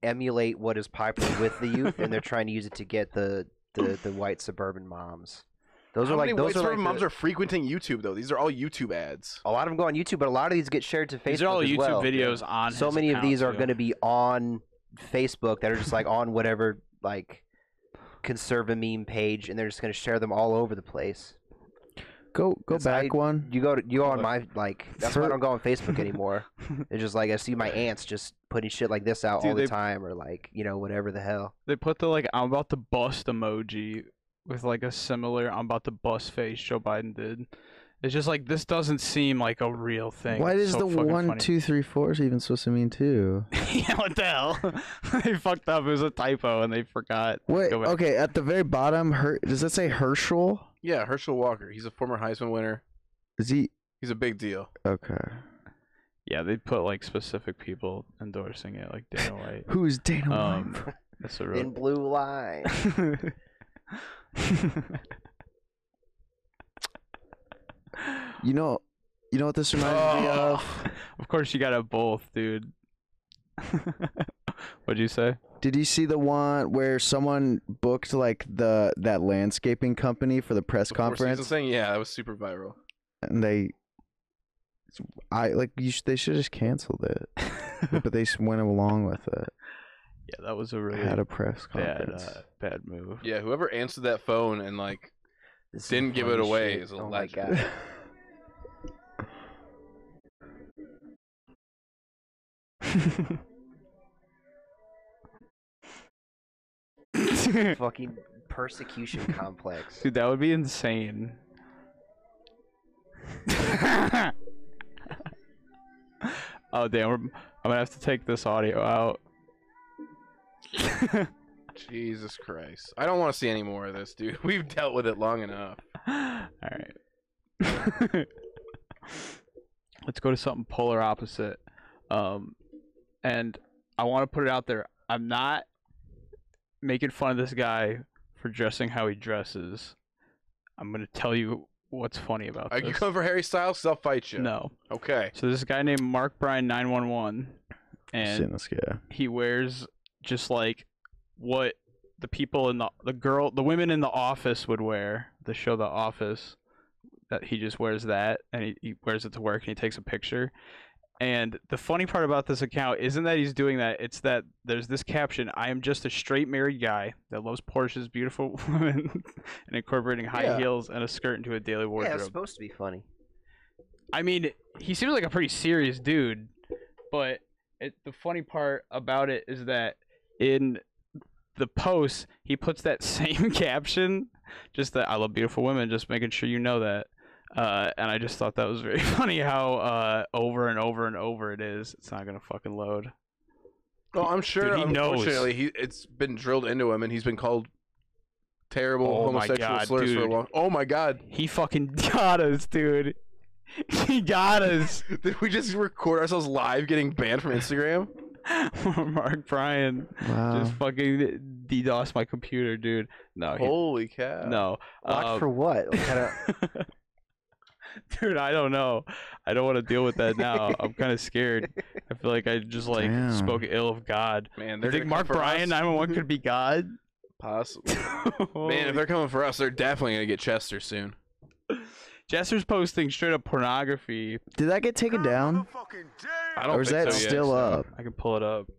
[SPEAKER 3] emulate what is popular with the youth, and they're trying to use it to get the the, the white suburban moms. Those
[SPEAKER 1] How
[SPEAKER 3] are like
[SPEAKER 1] many
[SPEAKER 3] those
[SPEAKER 1] white
[SPEAKER 3] are like
[SPEAKER 1] suburban moms
[SPEAKER 3] the-
[SPEAKER 1] are frequenting YouTube though? These are all YouTube ads.
[SPEAKER 3] a lot of them go on YouTube, but a lot of these get shared to Facebook.
[SPEAKER 1] These are all
[SPEAKER 3] as
[SPEAKER 1] YouTube
[SPEAKER 3] well.
[SPEAKER 1] videos
[SPEAKER 2] on
[SPEAKER 3] So
[SPEAKER 1] his
[SPEAKER 3] many of
[SPEAKER 1] account,
[SPEAKER 3] these are
[SPEAKER 1] too.
[SPEAKER 3] going to be on Facebook that are just like on whatever like conserva meme page, and they're just going to share them all over the place.
[SPEAKER 4] Go go back one.
[SPEAKER 3] You go to, you go on my like that's why I
[SPEAKER 4] For-
[SPEAKER 3] don't go on Facebook anymore. it's just like I see my aunts just putting shit like this out
[SPEAKER 2] Dude,
[SPEAKER 3] all the
[SPEAKER 2] they-
[SPEAKER 3] time or like you know whatever the hell.
[SPEAKER 2] They put the like I'm about to bust emoji with like a similar I'm about to bust face Joe Biden did. It's just like this doesn't seem like a real thing.
[SPEAKER 4] Why
[SPEAKER 2] It's
[SPEAKER 4] is
[SPEAKER 2] so
[SPEAKER 4] the
[SPEAKER 2] fucking
[SPEAKER 4] one,
[SPEAKER 2] funny.
[SPEAKER 4] two, three, fours even supposed to mean two?
[SPEAKER 2] yeah, what the hell? they fucked up. It was a typo and they forgot.
[SPEAKER 4] Wait,
[SPEAKER 2] Go back.
[SPEAKER 4] okay, at the very bottom, her, does that say Herschel?
[SPEAKER 1] Yeah, Herschel Walker. He's a former Heisman winner.
[SPEAKER 4] Is he
[SPEAKER 1] He's a big deal.
[SPEAKER 4] okay?
[SPEAKER 2] Yeah, they put like specific people endorsing it, like Dana White.
[SPEAKER 4] Who's Dana White?
[SPEAKER 2] Um, that's a real.
[SPEAKER 3] In blue line.
[SPEAKER 4] You know, you know what this reminds me of?
[SPEAKER 2] Of course, you got a both, dude. What'd you say?
[SPEAKER 4] Did you see the one where someone booked like the that landscaping company for the press
[SPEAKER 1] Season
[SPEAKER 4] conference
[SPEAKER 1] thing? Yeah, that was super viral.
[SPEAKER 4] and they I like you sh- they should have just canceled it. but they s- went along with it.
[SPEAKER 2] Yeah, that was a really
[SPEAKER 4] At a press
[SPEAKER 2] bad,
[SPEAKER 4] conference.
[SPEAKER 2] uh, bad move.
[SPEAKER 1] Yeah, whoever answered that phone and like didn't give it
[SPEAKER 2] funny
[SPEAKER 1] away
[SPEAKER 2] shit.
[SPEAKER 1] is a
[SPEAKER 2] Oh my
[SPEAKER 1] legend.
[SPEAKER 2] God.
[SPEAKER 3] fucking persecution complex.
[SPEAKER 2] Dude, that would be insane. oh damn, we're, I'm gonna have to take this audio out.
[SPEAKER 1] Jesus Christ. I don't want to see any more of this, dude. We've dealt with it long enough.
[SPEAKER 2] All right. Let's go to something polar opposite. Um, and I want to put it out there. I'm not making fun of this guy for dressing how he dresses. I'm gonna tell you what's funny about
[SPEAKER 1] Are
[SPEAKER 2] this.
[SPEAKER 1] you coming for Harry Styles? 'Cause I'll fight you.
[SPEAKER 2] No.
[SPEAKER 1] Okay.
[SPEAKER 2] So this guy named Mark Bryan nine one one, and
[SPEAKER 4] Seen this guy.
[SPEAKER 2] he wears just like what the people in the the girl the women in the office would wear the show The Office. That he just wears that and he, he wears it to work and he takes a picture. And the funny part about this account isn't that he's doing that, it's that there's this caption I am just a straight married guy that loves Porsches, beautiful women, and incorporating high
[SPEAKER 3] Yeah.
[SPEAKER 2] heels and a skirt into a daily
[SPEAKER 3] Yeah,
[SPEAKER 2] wardrobe.
[SPEAKER 3] it's supposed to be funny.
[SPEAKER 2] I mean, he seems like a pretty serious dude, but it, the funny part about it is that in the post he puts that same caption, just that I love beautiful women, just making sure you know that. Uh, and I just thought that was very funny how uh, over and over and over it is. It's not gonna fucking load.
[SPEAKER 1] Well, I'm sure.
[SPEAKER 2] Dude, he knows.
[SPEAKER 1] unfortunately, he it's been drilled into him, and he's been called terrible
[SPEAKER 2] Oh my
[SPEAKER 1] homosexual
[SPEAKER 2] God,
[SPEAKER 1] slurs for a
[SPEAKER 2] dude.
[SPEAKER 1] long. Oh my god,
[SPEAKER 2] he fucking got us, dude. He got us.
[SPEAKER 1] Did we just record ourselves live getting banned from Instagram?
[SPEAKER 2] Mark Bryan
[SPEAKER 4] Uh.
[SPEAKER 2] just fucking DDoS my computer, dude.
[SPEAKER 1] Uh,
[SPEAKER 2] No, he,
[SPEAKER 1] Holy cow!
[SPEAKER 2] no.
[SPEAKER 3] Locked
[SPEAKER 2] um,
[SPEAKER 3] for what? What kind of
[SPEAKER 2] dude i don't know i don't want to deal with that now i'm kind of scared i feel like i just like
[SPEAKER 4] Damn.
[SPEAKER 2] spoke ill of god
[SPEAKER 1] Man,
[SPEAKER 2] you
[SPEAKER 1] they're
[SPEAKER 2] think
[SPEAKER 1] gonna come
[SPEAKER 2] mark
[SPEAKER 1] for us?
[SPEAKER 2] bryan 911 could be god
[SPEAKER 1] Possible. Man, if they're coming for us, they're definitely gonna get Chester soon.
[SPEAKER 2] jester's posting straight up pornography
[SPEAKER 4] Did that get taken down?
[SPEAKER 1] I don't
[SPEAKER 4] or is
[SPEAKER 1] think
[SPEAKER 4] that
[SPEAKER 1] so yet,
[SPEAKER 4] still
[SPEAKER 1] so-
[SPEAKER 4] up?
[SPEAKER 2] i can pull it up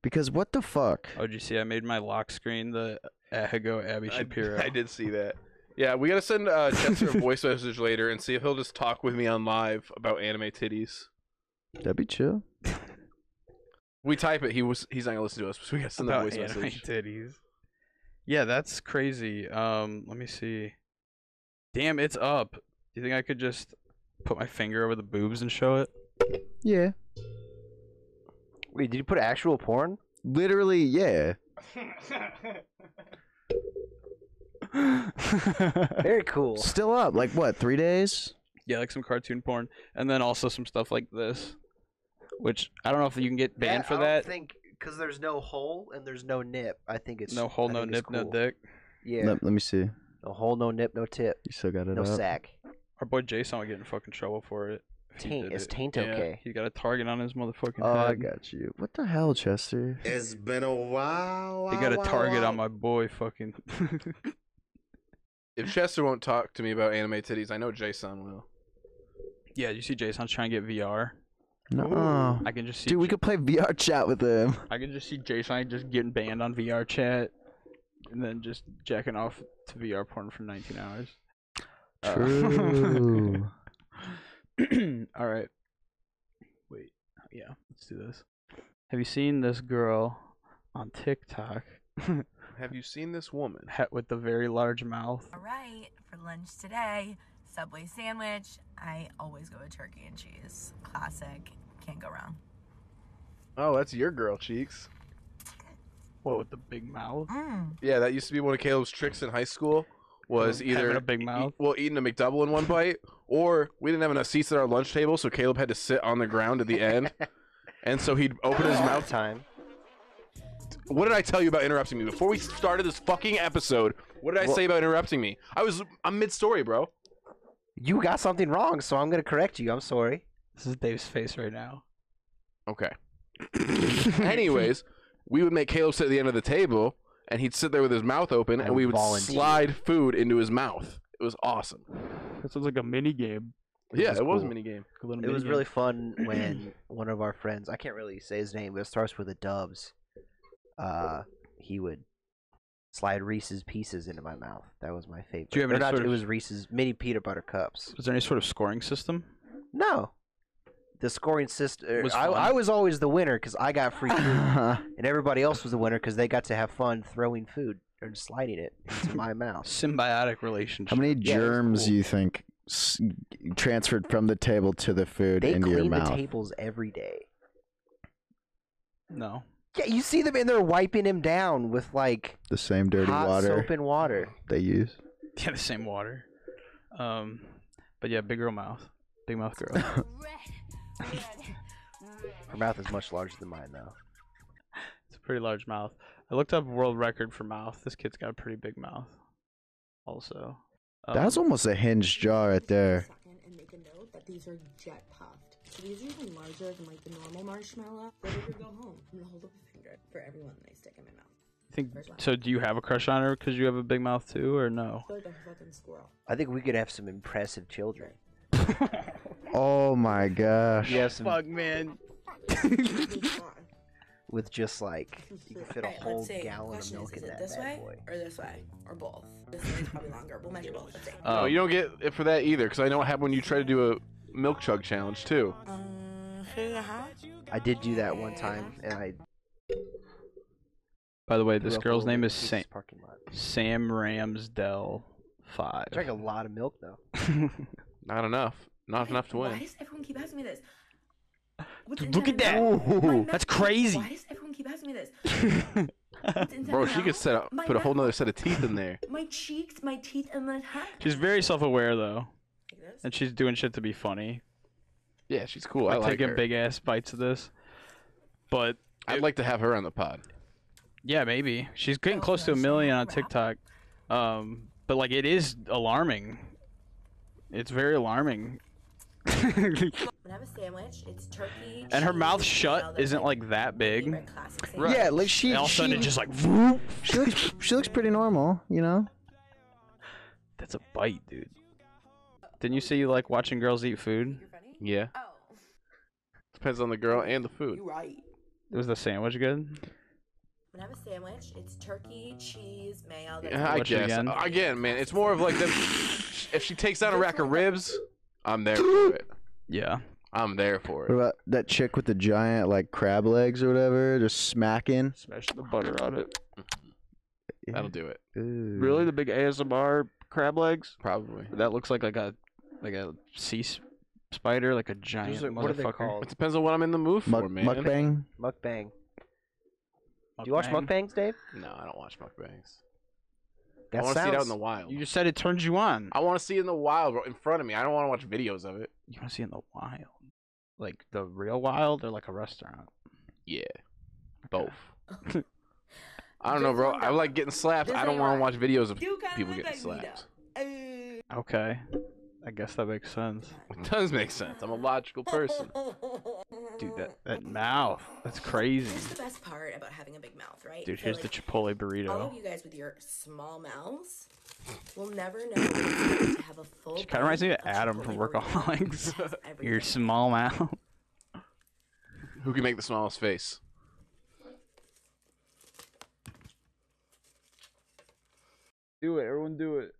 [SPEAKER 4] Because what the fuck?
[SPEAKER 2] oh did you see i made my lock screen the ahago abby shapiro
[SPEAKER 1] I did see that. Yeah, we gotta send uh, Chester a voice message later and see if he'll just talk with me on live about anime titties.
[SPEAKER 4] That'd be chill.
[SPEAKER 1] We type it. He was. He's not gonna listen to us. So we gotta send that
[SPEAKER 2] About
[SPEAKER 1] voice
[SPEAKER 2] anime
[SPEAKER 1] message.
[SPEAKER 2] titties. yeah that's crazy um let me see damn it's up do you think i could just put my finger over the boobs and show it
[SPEAKER 4] Yeah.
[SPEAKER 3] Wait, did you put actual porn?
[SPEAKER 4] Literally, yeah.
[SPEAKER 3] Very cool.
[SPEAKER 4] Still up. Like what? Three days?
[SPEAKER 2] Yeah, like some cartoon porn, and then also some stuff like this, which I don't know if you can get banned for
[SPEAKER 3] I
[SPEAKER 2] that.
[SPEAKER 3] don't think because there's no hole and there's no nip. I think it's
[SPEAKER 2] No hole,
[SPEAKER 3] I
[SPEAKER 2] no
[SPEAKER 3] think it's
[SPEAKER 2] nip, no
[SPEAKER 3] cool.
[SPEAKER 2] dick.
[SPEAKER 3] Yeah,
[SPEAKER 4] Let, let me see. You
[SPEAKER 3] no hole, no nip, no tip,
[SPEAKER 4] still got it
[SPEAKER 3] no
[SPEAKER 4] up.
[SPEAKER 3] sack.
[SPEAKER 2] Our boy Jason would get in fucking trouble for it. if he
[SPEAKER 3] Taint-
[SPEAKER 2] did
[SPEAKER 3] is
[SPEAKER 2] it.
[SPEAKER 3] taint
[SPEAKER 2] Yeah,
[SPEAKER 3] okay?
[SPEAKER 2] He got a target on his motherfucking
[SPEAKER 4] Oh, I
[SPEAKER 2] head.
[SPEAKER 4] got you. What the hell, Chester?
[SPEAKER 9] It's been a while.
[SPEAKER 2] he got a target on my boy fucking.
[SPEAKER 1] If Chester won't talk to me about anime titties, I know Jason will.
[SPEAKER 2] yeah, you see Jason trying to get VR.
[SPEAKER 4] No.
[SPEAKER 2] I can just see.
[SPEAKER 4] oh. Dude, we could play VR chat with him.
[SPEAKER 2] I can just see Jason just getting banned on VR chat, and then just jacking off to VR porn for 19 hours. Uh,
[SPEAKER 4] True.
[SPEAKER 2] All right. Wait. Yeah, let's do this. Have you seen this girl on TikTok
[SPEAKER 1] Have you seen this woman?
[SPEAKER 2] ha- with the very large mouth?
[SPEAKER 16] All right, for lunch today, Subway sandwich. I always go with turkey and cheese. Classic. Can't go wrong.
[SPEAKER 1] Oh, that's your girl, Cheeks.
[SPEAKER 2] What with the big mouth?
[SPEAKER 1] Yeah, that used to be one of Caleb's tricks in high school. Was
[SPEAKER 2] Having
[SPEAKER 1] either
[SPEAKER 2] a big
[SPEAKER 1] e-
[SPEAKER 2] mouth?
[SPEAKER 1] well, eating a McDouble in one bite, or we didn't have enough seats at our lunch table, so Caleb had to sit on the ground at the end, and so he'd open his mouth.
[SPEAKER 3] Time.
[SPEAKER 1] What did I tell you about interrupting me before we started this fucking episode? What did I
[SPEAKER 3] Well-
[SPEAKER 1] say about interrupting me? I was I'm mid story, bro.
[SPEAKER 3] You got something wrong, so I'm gonna correct you. I'm sorry.
[SPEAKER 2] This is Dave's face right now.
[SPEAKER 1] Okay. Anyways, we would make Caleb sit at the end of the table, and he'd sit there with his mouth open,
[SPEAKER 3] I
[SPEAKER 1] and
[SPEAKER 3] would
[SPEAKER 1] we would
[SPEAKER 3] volunteer.
[SPEAKER 1] slide food into his mouth. It was awesome.
[SPEAKER 2] That sounds like a mini game.
[SPEAKER 1] yeah, it was a
[SPEAKER 3] cool.
[SPEAKER 1] mini game.
[SPEAKER 3] It was really fun when one of our friends, I can't really say his name, but it starts with a Dubs. uh, he would slide Reese's Pieces into my mouth. That was my favorite.
[SPEAKER 2] Do you have
[SPEAKER 3] Or
[SPEAKER 2] any
[SPEAKER 3] not-
[SPEAKER 2] sort
[SPEAKER 3] It
[SPEAKER 2] of-
[SPEAKER 3] was Reese's mini peanut butter cups.
[SPEAKER 2] Was there any sort of scoring system?
[SPEAKER 3] No. The scoring system.
[SPEAKER 2] Was
[SPEAKER 3] I,
[SPEAKER 2] fun.
[SPEAKER 3] I was always the winner because I got free food, and everybody else was the winner because they got to have fun throwing food or sliding it into my mouth.
[SPEAKER 2] Symbiotic relationship.
[SPEAKER 4] How many germs do you think s- transferred from the table to the food
[SPEAKER 3] They
[SPEAKER 4] into your
[SPEAKER 3] clean the
[SPEAKER 4] mouth?
[SPEAKER 3] tables every day.
[SPEAKER 2] No.
[SPEAKER 3] Yeah, you see them, and they're wiping him down with like
[SPEAKER 4] The same dirty
[SPEAKER 3] hot
[SPEAKER 4] water
[SPEAKER 3] soap and water.
[SPEAKER 4] they use.
[SPEAKER 2] Yeah, the same water. Um, but yeah, big girl mouth, big mouth girl.
[SPEAKER 3] Her mouth is much larger than mine, though.
[SPEAKER 2] it's a pretty large mouth. I looked up world record for mouth. This kid's got a pretty big mouth. Also, um,
[SPEAKER 4] That's almost a hinge jaw right there.
[SPEAKER 17] and make a note that these are jet puffed. So these are even larger than like the normal marshmallow. Ready to go home. I'm gonna hold up a finger for everyone that I stick in my mouth.
[SPEAKER 2] I think. So, do you have a crush on her because you have a big mouth too, or no?
[SPEAKER 17] It's like a fucking squirrel.
[SPEAKER 3] I think we could have some impressive children.
[SPEAKER 4] Oh my gosh.
[SPEAKER 3] You have some
[SPEAKER 2] Fuck, man.
[SPEAKER 3] with just like you can fit a
[SPEAKER 16] Alright,
[SPEAKER 3] whole
[SPEAKER 16] let's see.
[SPEAKER 3] gallon of
[SPEAKER 16] Question
[SPEAKER 3] milk in
[SPEAKER 16] is, is
[SPEAKER 3] that
[SPEAKER 16] it this
[SPEAKER 3] bad
[SPEAKER 16] way
[SPEAKER 3] boy.
[SPEAKER 16] or this way or both? This way is probably longer. We'll measure both. Let's see.
[SPEAKER 1] no, you don't get it for that either, because I know what happened when you tried to do a milk chug challenge too.
[SPEAKER 3] I did do that one time, and I
[SPEAKER 2] By the way, this
[SPEAKER 3] Grew up
[SPEAKER 2] girl's
[SPEAKER 3] over
[SPEAKER 2] name
[SPEAKER 3] at
[SPEAKER 2] is
[SPEAKER 3] Pete's
[SPEAKER 2] Sam
[SPEAKER 3] parking lot.
[SPEAKER 2] Sam Ramsdell Five.
[SPEAKER 3] drank a lot of milk though.
[SPEAKER 1] Not enough. Not enough to
[SPEAKER 16] Why
[SPEAKER 1] win.
[SPEAKER 16] does everyone keep asking me this? What's
[SPEAKER 2] Dude, look at
[SPEAKER 16] inside
[SPEAKER 2] that.
[SPEAKER 16] my mouth? My
[SPEAKER 2] Ooh,
[SPEAKER 16] mouth-
[SPEAKER 2] that's crazy.
[SPEAKER 16] Why does everyone keep asking me this?
[SPEAKER 1] Bro, she could set up,
[SPEAKER 16] My
[SPEAKER 1] put a whole
[SPEAKER 16] mouth.
[SPEAKER 1] nother set of teeth in there.
[SPEAKER 16] My cheeks, my teeth, and my hat.
[SPEAKER 2] She's very self-aware though, and she's doing shit to be funny.
[SPEAKER 1] Yeah, she's cool. Oh, I
[SPEAKER 2] Like
[SPEAKER 1] like
[SPEAKER 2] taking
[SPEAKER 1] her.
[SPEAKER 2] big ass bites of this, but
[SPEAKER 1] I'd like to have her on the pod.
[SPEAKER 2] Yeah, maybe she's getting close to a million on TikTok. Um, but like it is alarming. It's very alarming.
[SPEAKER 16] When I have a sandwich, it's turkey.
[SPEAKER 2] And her
[SPEAKER 16] cheese,
[SPEAKER 2] mouth
[SPEAKER 16] all
[SPEAKER 2] shut
[SPEAKER 16] the
[SPEAKER 2] isn't like that big.
[SPEAKER 4] Right. Yeah, like she-
[SPEAKER 2] And all of a sudden
[SPEAKER 4] she-
[SPEAKER 2] it's just like vroom.
[SPEAKER 4] She looks she looks pretty normal, you know?
[SPEAKER 2] That's a bite, dude. Didn't you say you like watching girls eat food?
[SPEAKER 1] Yeah.
[SPEAKER 16] Oh.
[SPEAKER 1] Depends on the girl and the food.
[SPEAKER 16] You right.
[SPEAKER 2] Was the sandwich good?
[SPEAKER 16] When I have a sandwich, it's turkey, cheese, mayo.
[SPEAKER 1] Yeah, I
[SPEAKER 2] Watch it
[SPEAKER 1] guess.
[SPEAKER 2] again.
[SPEAKER 1] Again? man, it's more of like them. if she takes down a rack of ribs, I'm there for it.
[SPEAKER 2] Yeah.
[SPEAKER 1] I'm there for
[SPEAKER 4] What
[SPEAKER 1] it.
[SPEAKER 4] about that chick with the giant like crab legs or whatever, just smacking?
[SPEAKER 2] Smash the butter on it.
[SPEAKER 1] That'll do it.
[SPEAKER 2] Really, the big ASMR crab legs?
[SPEAKER 1] Probably.
[SPEAKER 2] That looks like like a like a sea s- spider, like a giant
[SPEAKER 3] like-
[SPEAKER 2] motherfucker.
[SPEAKER 3] what are they called?
[SPEAKER 1] It depends on what I'm in the mood for, man.
[SPEAKER 4] mukbang?
[SPEAKER 3] Mukbang. Do you watch mukbangs, Dave?
[SPEAKER 1] No, I don't watch mukbangs.
[SPEAKER 3] That
[SPEAKER 1] I want to see it out in
[SPEAKER 3] sounds-
[SPEAKER 1] the wild.
[SPEAKER 2] You just said it turns you on.
[SPEAKER 1] I want to see it in the wild, bro, in front of me. I don't want to watch videos of it.
[SPEAKER 2] You want to see it in the wild, like the real wild, or like a restaurant?
[SPEAKER 1] Yeah, both. I don't know, bro. I like getting slapped. I don't want to watch videos of people getting slapped.
[SPEAKER 2] Okay, I guess that makes sense.
[SPEAKER 1] It does make sense. I'm a logical person.
[SPEAKER 2] Dude, that that mouth, that's crazy.
[SPEAKER 16] Here's the best part about having a big mouth, right?
[SPEAKER 2] Dude,
[SPEAKER 16] So,
[SPEAKER 2] here's the
[SPEAKER 16] like,
[SPEAKER 2] Chipotle
[SPEAKER 16] All of
[SPEAKER 2] burrito.
[SPEAKER 16] you guys with your small mouths will never know what it's like to have a full.
[SPEAKER 2] She kind of reminds me of Adam from Workaholics. Your small mouth.
[SPEAKER 1] Who can make the smallest face?
[SPEAKER 2] Do it, everyone, do it.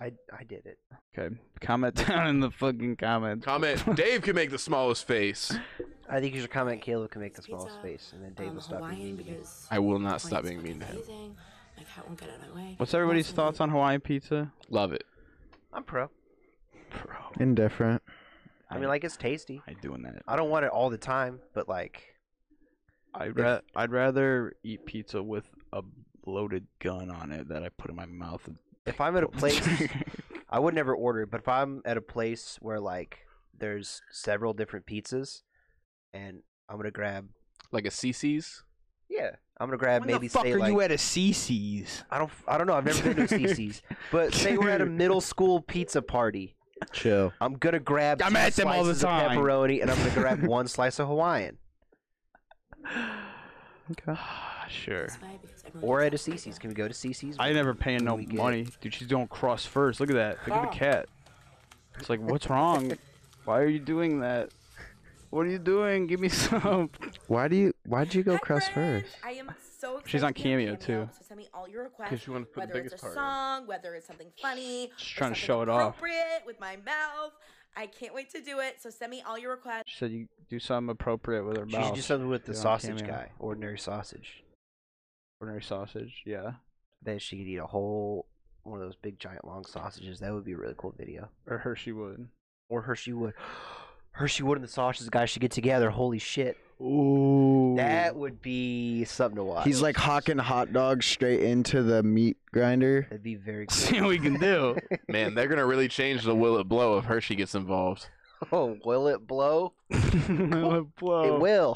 [SPEAKER 3] I I did it.
[SPEAKER 2] Okay, comment down in the fucking comments.
[SPEAKER 1] Comment. Dave can make the smallest face.
[SPEAKER 3] I think you should comment. Caleb can make the smallest face, and then Dave will stop being mean to me.
[SPEAKER 1] I will not stop being mean to him.
[SPEAKER 16] My cat won't get out of my way.
[SPEAKER 2] What's everybody's thoughts on Hawaiian pizza?
[SPEAKER 1] Love it.
[SPEAKER 3] I'm pro.
[SPEAKER 4] Indifferent.
[SPEAKER 3] I mean, like it's tasty.
[SPEAKER 2] I doing that.
[SPEAKER 3] I don't want it all the time, but like
[SPEAKER 2] I'd, ra- I'd rather eat pizza with a loaded gun on it that I put in my mouth. And
[SPEAKER 3] if I'm at a place, I would never order it. But if I'm at a place where like there's several different pizzas, and I'm gonna grab
[SPEAKER 1] like a CC's.
[SPEAKER 3] Yeah, I'm gonna grab maybe say like
[SPEAKER 2] at a CC's?
[SPEAKER 3] I don't I don't know. I've never been to a CC's, but say we're at a middle school pizza party.
[SPEAKER 4] Chill.
[SPEAKER 3] I'm gonna grab
[SPEAKER 2] I'm
[SPEAKER 3] two
[SPEAKER 2] at them all the
[SPEAKER 3] slices of
[SPEAKER 2] time.
[SPEAKER 3] pepperoni, and I'm gonna grab one slice of Hawaiian,
[SPEAKER 4] Okay.
[SPEAKER 2] Ah, sure.
[SPEAKER 3] or at a CC's. Can we go to CC's?
[SPEAKER 2] I ain't never paying no
[SPEAKER 3] We get-
[SPEAKER 2] money, dude. She's doing cross first. Look at that. Look at the cat. It's like, what's wrong? Why are you doing that? What are you doing? Give me some.
[SPEAKER 4] Why do you Why'd you go cross first?
[SPEAKER 18] I am so excited.
[SPEAKER 2] She's on
[SPEAKER 18] to be
[SPEAKER 2] Cameo, too.
[SPEAKER 18] So send me all your requests.
[SPEAKER 2] 'Cause she wanted to put the
[SPEAKER 18] whether
[SPEAKER 2] biggest
[SPEAKER 18] it's a
[SPEAKER 2] part in.
[SPEAKER 18] song, whether it's something funny.
[SPEAKER 2] She's
[SPEAKER 18] or
[SPEAKER 2] trying
[SPEAKER 18] something
[SPEAKER 2] to show it off.
[SPEAKER 18] Appropriate with my mouth. I can't wait to do it. So send me all your requests.
[SPEAKER 2] She said you do something appropriate with her
[SPEAKER 3] She
[SPEAKER 2] mouth.
[SPEAKER 3] should do something with the
[SPEAKER 2] You're on
[SPEAKER 3] sausage
[SPEAKER 2] Cameo.
[SPEAKER 3] guy, ordinary sausage.
[SPEAKER 2] Ordinary sausage, yeah.
[SPEAKER 3] Then she could eat a whole one of those big giant long sausages. That would be a really cool video.
[SPEAKER 2] Or Hershey would.
[SPEAKER 3] Or Hershey would. Hershey would and the sausage guy should get together. Holy shit.
[SPEAKER 4] Ooh.
[SPEAKER 3] That would be something to watch.
[SPEAKER 4] He's like hawking hot dogs straight into the meat grinder.
[SPEAKER 3] That'd be very
[SPEAKER 2] See what we can do.
[SPEAKER 1] Man, they're gonna really change the will it blow if Hershey gets involved.
[SPEAKER 3] Oh, will it blow?
[SPEAKER 2] Blow.
[SPEAKER 3] It will.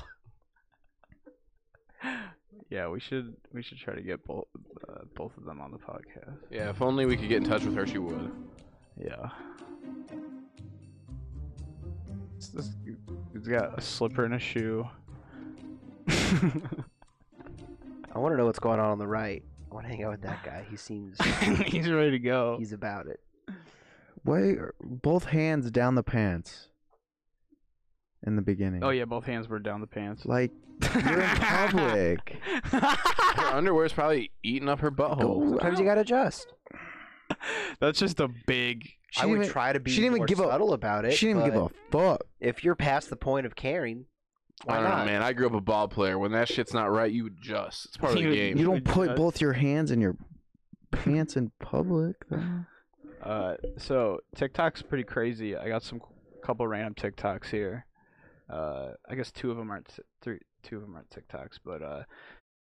[SPEAKER 2] Yeah, we should we should try to get both uh, both of them on the podcast.
[SPEAKER 1] Yeah, if only we could get in touch with her, she would.
[SPEAKER 2] Yeah. It's, this- it's got a slipper and a shoe.
[SPEAKER 3] I want to know what's going on on the right. I want to hang out with that guy. He seems.
[SPEAKER 2] He's ready to go.
[SPEAKER 3] He's about it.
[SPEAKER 4] Wait, both hands down the pants. In the beginning.
[SPEAKER 2] Oh yeah, both hands were down the pants.
[SPEAKER 4] Like you're in public.
[SPEAKER 1] Her underwear's probably eating up her
[SPEAKER 3] Oh,
[SPEAKER 1] butthole.
[SPEAKER 3] Sometimes you gotta adjust.
[SPEAKER 2] That's just a big.
[SPEAKER 3] I would try to be. She didn't even give
[SPEAKER 4] a-
[SPEAKER 3] subtle about it.
[SPEAKER 4] she didn't even give a fuck.
[SPEAKER 3] If you're past the point of caring,
[SPEAKER 1] I
[SPEAKER 3] why
[SPEAKER 1] don't know,
[SPEAKER 3] not?
[SPEAKER 1] man. I grew up a ball player. When that shit's not right, you adjust. It's part of the
[SPEAKER 2] You-
[SPEAKER 1] game.
[SPEAKER 4] You don't put both your hands in your pants in public though.
[SPEAKER 2] Uh, so TikTok's pretty crazy. I got some couple random TikToks here. Uh, I guess two of them aren't t- three. Two of them aren't TikToks, but uh,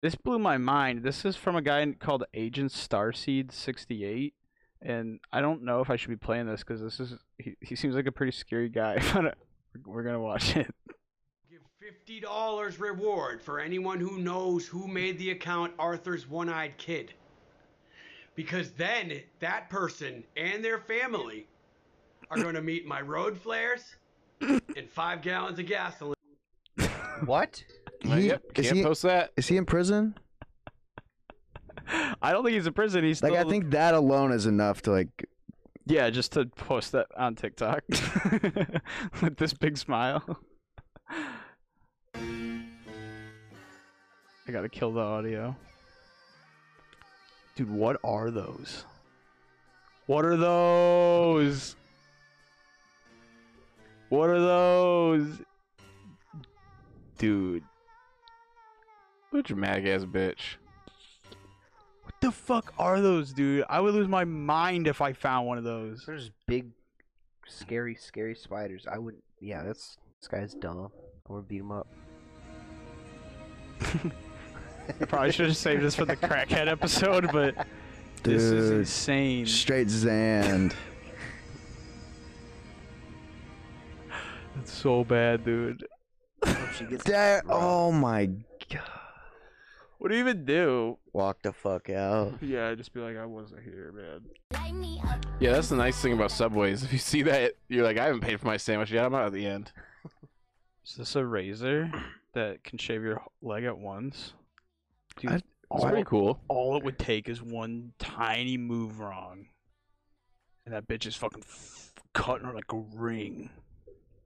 [SPEAKER 2] this blew my mind. This is from a guy called Agent Starseed sixty eight, and I don't know if I should be playing this because this is he, he seems like a pretty scary guy. But uh, we're gonna watch it.
[SPEAKER 19] $50 reward for anyone who knows who made the account Arthur's One Eyed Kid. Because then that person and their family are going to meet my road flares and five gallons of gasoline.
[SPEAKER 3] What?
[SPEAKER 4] He-
[SPEAKER 1] yep,
[SPEAKER 4] is
[SPEAKER 1] can't
[SPEAKER 4] he-
[SPEAKER 1] post that.
[SPEAKER 4] Is he in prison?
[SPEAKER 2] I don't think he's in prison. He's
[SPEAKER 4] Like I
[SPEAKER 2] still-
[SPEAKER 4] think that alone is enough to like
[SPEAKER 2] Yeah, just to post that on TikTok with this big smile. I gotta kill the audio. Dude, what are those? What are those? What are those? Dude.
[SPEAKER 1] What a dramatic ass bitch.
[SPEAKER 2] What the fuck are those, dude? I would lose my mind if I found one of those.
[SPEAKER 3] There's big, scary, scary spiders. I would. Yeah, that's this guy's dumb. I want to beat him up.
[SPEAKER 2] I probably should have saved this for the crackhead episode, but
[SPEAKER 4] Dude,
[SPEAKER 2] this is insane.
[SPEAKER 4] Straight Zand.
[SPEAKER 2] It's so bad, dude.
[SPEAKER 4] That, oh my god.
[SPEAKER 2] What do you even do?
[SPEAKER 4] Walk the fuck out.
[SPEAKER 2] Yeah, I'd just be like, I wasn't here, man.
[SPEAKER 1] Yeah, that's the nice thing about Subways. If you see that, you're like, I haven't paid for my sandwich yet. I'm out at the end.
[SPEAKER 2] Is this a razor that can shave your leg at once? Dude,
[SPEAKER 1] I- oh. it's pretty cool.
[SPEAKER 2] All it would take is one tiny move wrong, and that bitch is fucking f- cutting her like a ring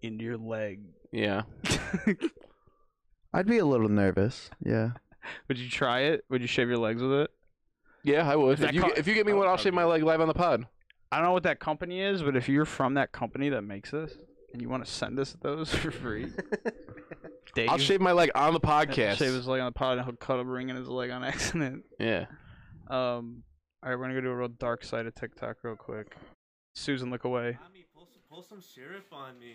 [SPEAKER 2] into your leg.
[SPEAKER 1] Yeah.
[SPEAKER 4] I'd be a little nervous. Yeah.
[SPEAKER 2] Would you try it? Would you shave your legs with it?
[SPEAKER 1] Yeah, I would.
[SPEAKER 2] Is that
[SPEAKER 1] If you,
[SPEAKER 2] co-
[SPEAKER 1] if you get me one, I'll shave my leg live on the pod.
[SPEAKER 2] I don't know what that company is, but if you're from that company that makes this and you want to send us those for free, Dave,
[SPEAKER 1] I'll shave my leg on the podcast.
[SPEAKER 2] Shave his leg on the pod and he'll cut a ring in his leg on accident.
[SPEAKER 1] Yeah.
[SPEAKER 2] Um, all right, we're gonna go to a real dark side of TikTok real quick. Susan, look away.
[SPEAKER 20] Pour some syrup on me.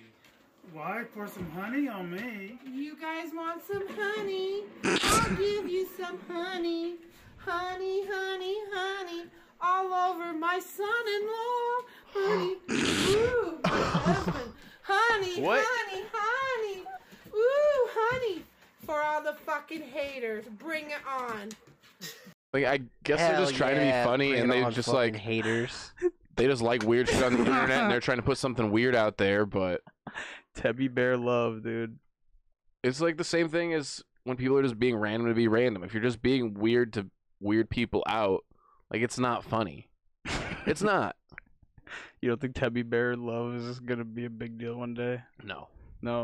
[SPEAKER 21] Why pour some honey on me?
[SPEAKER 22] You guys want some honey? I'll give you some honey. Honey, honey, honey. All over my son in law. Honey. Ooh, my husband. Honey,
[SPEAKER 23] What?
[SPEAKER 22] honey, honey. Ooh, honey. For all the fucking haters. Bring it on.
[SPEAKER 1] Like, I guess they're
[SPEAKER 3] Hell
[SPEAKER 1] just trying
[SPEAKER 3] yeah,
[SPEAKER 1] to be funny
[SPEAKER 3] bring
[SPEAKER 1] and
[SPEAKER 3] it
[SPEAKER 1] they
[SPEAKER 3] on,
[SPEAKER 1] just
[SPEAKER 3] fucking
[SPEAKER 1] like.
[SPEAKER 3] haters.
[SPEAKER 1] They just like weird shit on the internet and they're trying to put something weird out there, but.
[SPEAKER 2] Tebby Bear Love, dude.
[SPEAKER 1] It's like the same thing as when people are just being random to be random. If you're just being weird to weird people out, like, it's not funny. it's not.
[SPEAKER 2] You don't think Tebby Bear Love is gonna be a big deal one day?
[SPEAKER 1] No.
[SPEAKER 2] No.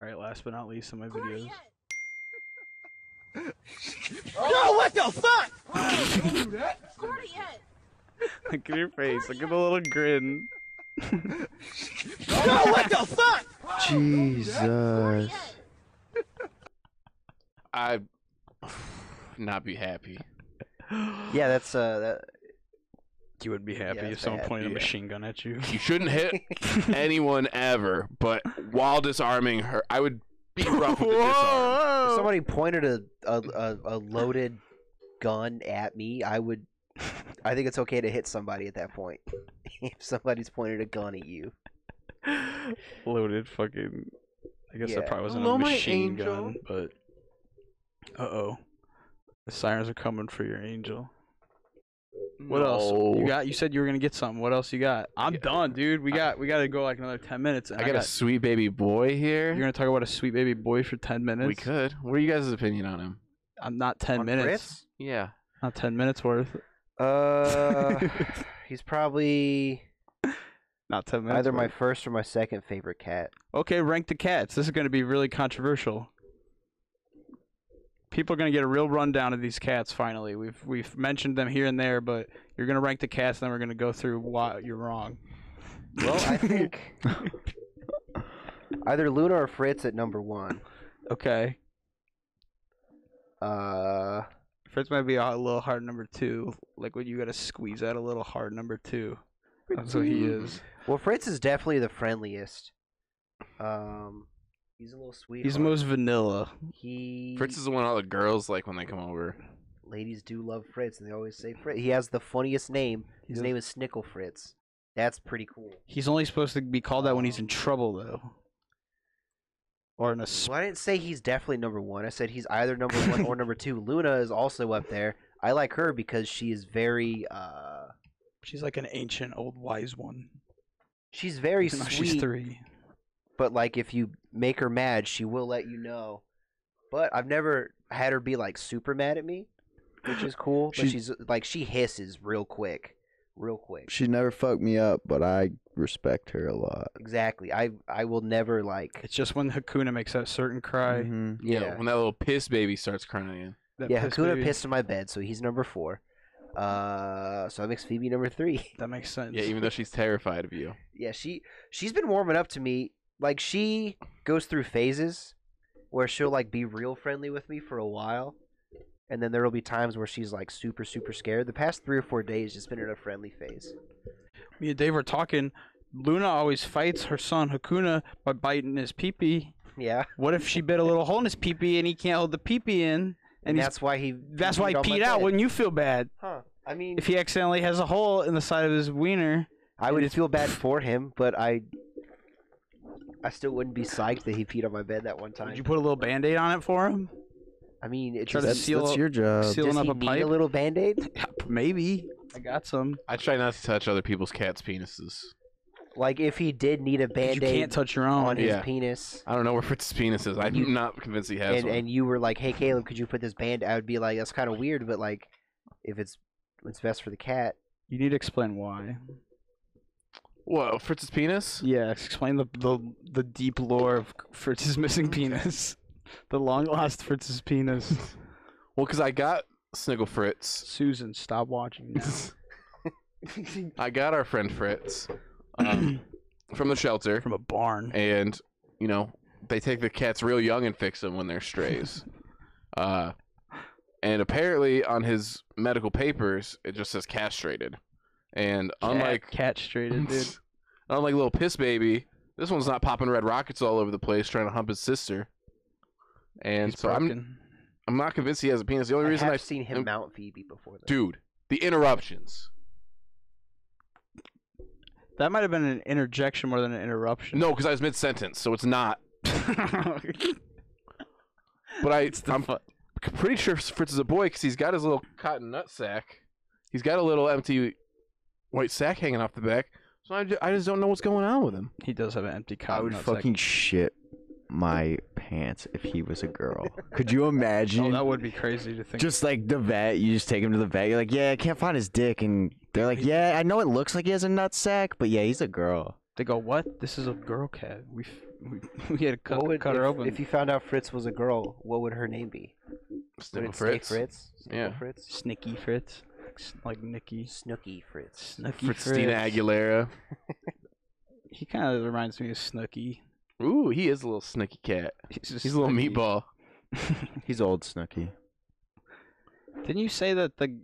[SPEAKER 2] All right, last but not least on my videos.
[SPEAKER 22] Yo, what the fuck?
[SPEAKER 2] Look at your face. Look at the little grin.
[SPEAKER 22] Yo, what the fuck?
[SPEAKER 4] Jesus.
[SPEAKER 1] I not be happy.
[SPEAKER 3] Yeah, that's uh, that,
[SPEAKER 2] You would be happy
[SPEAKER 3] that's
[SPEAKER 2] if someone
[SPEAKER 3] bad.
[SPEAKER 2] pointed a
[SPEAKER 1] Yeah.
[SPEAKER 2] machine gun at you.
[SPEAKER 1] You shouldn't hit anyone ever, but while disarming her, I would be rough with the disarm.
[SPEAKER 4] Oh.
[SPEAKER 3] if somebody pointed a, a a a loaded gun at me, I would. I think it's okay to hit somebody at that point. if somebody's pointed a gun at you,
[SPEAKER 2] Loaded fucking. I guess
[SPEAKER 3] Yeah.
[SPEAKER 2] that probably wasn't
[SPEAKER 3] Hello,
[SPEAKER 2] a
[SPEAKER 3] my
[SPEAKER 2] machine
[SPEAKER 3] angel.
[SPEAKER 2] gun, but. Uh oh. The sirens are coming for your angel. What else? You
[SPEAKER 1] No.
[SPEAKER 2] got? You said you were gonna get something. What else you got? I'm done, dude. We got. We got to go like another ten minutes. And
[SPEAKER 1] I got a sweet baby boy here.
[SPEAKER 2] You're gonna talk about a sweet baby boy for ten minutes.
[SPEAKER 1] We could. What are you guys' opinion on him?
[SPEAKER 2] I'm not ten minutes.
[SPEAKER 3] Chris?
[SPEAKER 1] Yeah.
[SPEAKER 2] Not ten minutes worth.
[SPEAKER 3] Uh, he's probably
[SPEAKER 2] Not ten minutes.
[SPEAKER 3] either my
[SPEAKER 2] worth.
[SPEAKER 3] first or my second favorite cat.
[SPEAKER 2] Okay, rank the cats. This is going to be really controversial. People are going to get a real rundown of these cats. Finally, we've we've mentioned them here and there, but you're going to rank the cats, and then we're going to go through why you're wrong.
[SPEAKER 3] Well, I think either Luna or Fritz at number one.
[SPEAKER 2] Okay,
[SPEAKER 3] Uh,
[SPEAKER 2] Fritz might be a little hard number two. Like when you got to squeeze out a little hard number two. That's what he is.
[SPEAKER 3] well, Fritz is definitely the friendliest. Um, he's a little sweet.
[SPEAKER 2] He's most vanilla.
[SPEAKER 3] He
[SPEAKER 1] Fritz is the one all the girls like when they come over.
[SPEAKER 3] ladies do love Fritz, and they always say Fritz. He has the funniest name. His
[SPEAKER 2] does.
[SPEAKER 3] name is Snickle Fritz. That's pretty cool.
[SPEAKER 2] He's only supposed to be called that when he's in trouble, though. Or in a sp-
[SPEAKER 3] Well, I didn't say he's definitely number one. I said he's either number one or number two. Luna is also up there. I like her because she is very, uh,
[SPEAKER 2] she's like an ancient old wise one.
[SPEAKER 3] she's very
[SPEAKER 2] Even though
[SPEAKER 3] sweet.
[SPEAKER 2] She's three.
[SPEAKER 3] But like, if you make her mad, she will let you know. But I've never had her be like super mad at me, which is cool. But
[SPEAKER 4] She-
[SPEAKER 3] she's like, she hisses real quick, real quick.
[SPEAKER 4] She never fucked me up, but I respect her a lot.
[SPEAKER 3] Exactly. I I will never like.
[SPEAKER 2] It's just when Hakuna makes that certain cry.
[SPEAKER 4] Mhm.
[SPEAKER 1] Yeah.
[SPEAKER 3] Yeah.
[SPEAKER 1] when that little piss baby starts crying.
[SPEAKER 2] That
[SPEAKER 3] yeah,
[SPEAKER 2] piss
[SPEAKER 3] Hakuna
[SPEAKER 2] baby.
[SPEAKER 3] pissed in my bed, so he's number four. Uh, so that makes Phoebe number three.
[SPEAKER 2] That makes sense.
[SPEAKER 1] Yeah, even though she's terrified of you.
[SPEAKER 3] yeah, she she's been warming up to me. Like she goes through phases where she'll like be real friendly with me for a while, and then there will be times where she's like super super scared. The past three or four days, just been in a friendly phase.
[SPEAKER 2] me and Dave were talking. Luna always fights her son Hakuna by biting his peepee.
[SPEAKER 3] Yeah,
[SPEAKER 2] What if she bit a little hole in his peepee and he can't hold the peepee in?
[SPEAKER 3] and,
[SPEAKER 2] he's-
[SPEAKER 3] that's why he
[SPEAKER 2] that's why he
[SPEAKER 3] peed on my
[SPEAKER 2] peed out.
[SPEAKER 3] bed.
[SPEAKER 2] Wouldn't you feel bad
[SPEAKER 3] Huh? I mean,
[SPEAKER 2] if he accidentally has a hole in the side of his wiener?
[SPEAKER 3] I would feel bad for him, but I I still wouldn't be psyched that he peed on my bed that one time.
[SPEAKER 2] Would you put a little band aid on it for him?
[SPEAKER 3] I mean, it
[SPEAKER 2] Try to
[SPEAKER 3] just
[SPEAKER 4] That's,
[SPEAKER 2] seal
[SPEAKER 4] that's
[SPEAKER 2] up-
[SPEAKER 4] your job.
[SPEAKER 2] seal-
[SPEAKER 3] does
[SPEAKER 2] up
[SPEAKER 3] he
[SPEAKER 2] a
[SPEAKER 3] need
[SPEAKER 2] pipe?
[SPEAKER 3] a little band aid?
[SPEAKER 2] Maybe. I got some.
[SPEAKER 1] I try not to touch other people's cats' penises.
[SPEAKER 3] Like if he did need a
[SPEAKER 2] 'Cause
[SPEAKER 3] band
[SPEAKER 2] You can't
[SPEAKER 3] aid
[SPEAKER 2] touch your own.
[SPEAKER 3] on his
[SPEAKER 1] Yeah.
[SPEAKER 3] penis.
[SPEAKER 1] I don't know where Fritz's penis is. I'm not convinced he has
[SPEAKER 3] and
[SPEAKER 1] one.
[SPEAKER 3] and you were like, "Hey Caleb, could you put this band?" I would be like, "That's kind of weird, but like, if it's it's best for the cat."
[SPEAKER 2] You need to explain why.
[SPEAKER 1] What, Fritz's penis?
[SPEAKER 2] Yeah, explain the the, the deep lore of Fritz's missing penis, the long lost Fritz's penis.
[SPEAKER 1] Well, because I got Sniggle Fritz.
[SPEAKER 2] Susan, stop watching now.
[SPEAKER 1] I got our friend Fritz um, from the shelter.
[SPEAKER 2] From a barn.
[SPEAKER 1] and you know they take the cats real young and fix them when they're strays. uh, and apparently on his medical papers it just says castrated. And unlike
[SPEAKER 2] cat castrated, dude.
[SPEAKER 1] unlike little piss baby, this one's not popping red rockets all over the place trying to hump his sister. And
[SPEAKER 2] He's
[SPEAKER 1] so I'm
[SPEAKER 2] broken.
[SPEAKER 1] I'm not convinced he has a penis. The only
[SPEAKER 3] I
[SPEAKER 1] reason
[SPEAKER 3] have
[SPEAKER 1] I've
[SPEAKER 3] seen him mount Phoebe before. Though.
[SPEAKER 1] dude, the interruptions.
[SPEAKER 2] That might have been an interjection more than an interruption.
[SPEAKER 1] No, because I was mid sentence, so it's not. But I, I'm c- pretty sure Fritz is a boy because he's got his little cotton nut sack. He's got a little empty white sack hanging off the back. So I, ju- I just don't know what's going on with him.
[SPEAKER 2] he does have an empty
[SPEAKER 4] I
[SPEAKER 2] cotton
[SPEAKER 4] would
[SPEAKER 2] nut sack.
[SPEAKER 4] fucking shit my pants if he was a girl. Could you imagine?
[SPEAKER 2] Oh, that would be crazy to think.
[SPEAKER 4] Just like the vet, you just take him to the vet. You're like, yeah, I can't find his dick, and they're like, yeah, I know it looks like he has a nut sack, but yeah, he's a girl.
[SPEAKER 2] they go, what? This is a girl cat. We f- we, we had to cut,
[SPEAKER 3] What would-
[SPEAKER 2] cut her
[SPEAKER 3] if,
[SPEAKER 2] open.
[SPEAKER 3] If you found out Fritz was a girl, what would her name be?
[SPEAKER 1] Snickle
[SPEAKER 3] Fritz, Snick
[SPEAKER 1] Fritz.
[SPEAKER 3] Fritz, Snickle
[SPEAKER 1] Yeah.
[SPEAKER 3] Fritz.
[SPEAKER 2] Snicky Fritz, like s- like Nicky.
[SPEAKER 3] Snooky Fritz.
[SPEAKER 2] Snooky Fritz.
[SPEAKER 1] Christina Aguilera.
[SPEAKER 2] He kind of reminds me of Snooky.
[SPEAKER 1] Ooh, he is a little snicky cat.
[SPEAKER 2] He's,
[SPEAKER 1] He's a little
[SPEAKER 2] Snooky.
[SPEAKER 1] meatball.
[SPEAKER 4] He's old Snooky.
[SPEAKER 2] Didn't you say that the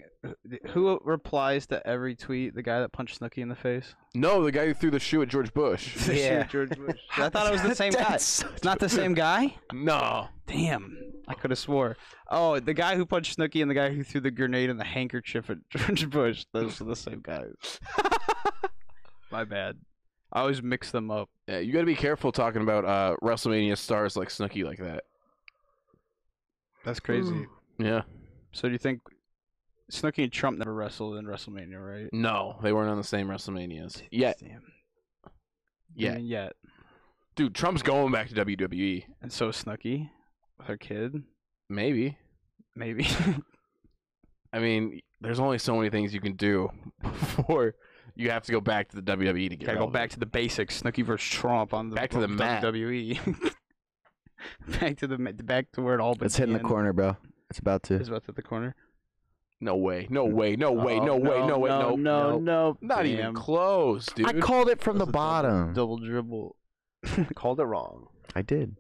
[SPEAKER 2] who replies to every tweet? The guy that punched Snooky in the face.
[SPEAKER 1] No, the guy who threw the shoe at George Bush.
[SPEAKER 2] The shoe, George Bush. I thought it was the same guy.
[SPEAKER 1] That's
[SPEAKER 2] It's not the same guy.
[SPEAKER 1] No.
[SPEAKER 2] Damn, I could have swore. Oh, the guy who punched Snooky and the guy who threw the grenade and the handkerchief at George Bush. Those are the same guys. My bad. I always mix them up.
[SPEAKER 1] Yeah, you got to be careful talking about uh, WrestleMania stars like Snooki like that.
[SPEAKER 2] That's crazy.
[SPEAKER 1] Yeah.
[SPEAKER 2] So do you think Snooki and Trump never wrestled in WrestleMania, right?
[SPEAKER 1] No, they weren't on the same WrestleManias yet.
[SPEAKER 2] Damn.
[SPEAKER 1] Yet.
[SPEAKER 2] And yet.
[SPEAKER 1] Dude, Trump's going back to E. WWE.
[SPEAKER 2] And so is Snooki with her kid.
[SPEAKER 1] Maybe.
[SPEAKER 2] Maybe.
[SPEAKER 1] I mean, there's only so many things you can do before you have to go back to the WWE to get
[SPEAKER 2] Gotta go
[SPEAKER 1] relevant.
[SPEAKER 2] back to the basics. Snooki versus Trump on the
[SPEAKER 1] Back to the mat.
[SPEAKER 2] WWE. back to the ma- back to where it all began.
[SPEAKER 4] It's hitting the corner, bro. It's about
[SPEAKER 2] It's
[SPEAKER 4] to.
[SPEAKER 2] about to hit the corner.
[SPEAKER 1] No way. No way. No way.
[SPEAKER 2] Oh,
[SPEAKER 1] No way. No way.
[SPEAKER 2] no,
[SPEAKER 1] No.
[SPEAKER 2] no, no.
[SPEAKER 1] Not even
[SPEAKER 2] Damn.
[SPEAKER 1] close, dude.
[SPEAKER 4] I called it from the bottom.
[SPEAKER 2] Double dribble.
[SPEAKER 3] Called it wrong.
[SPEAKER 4] I did.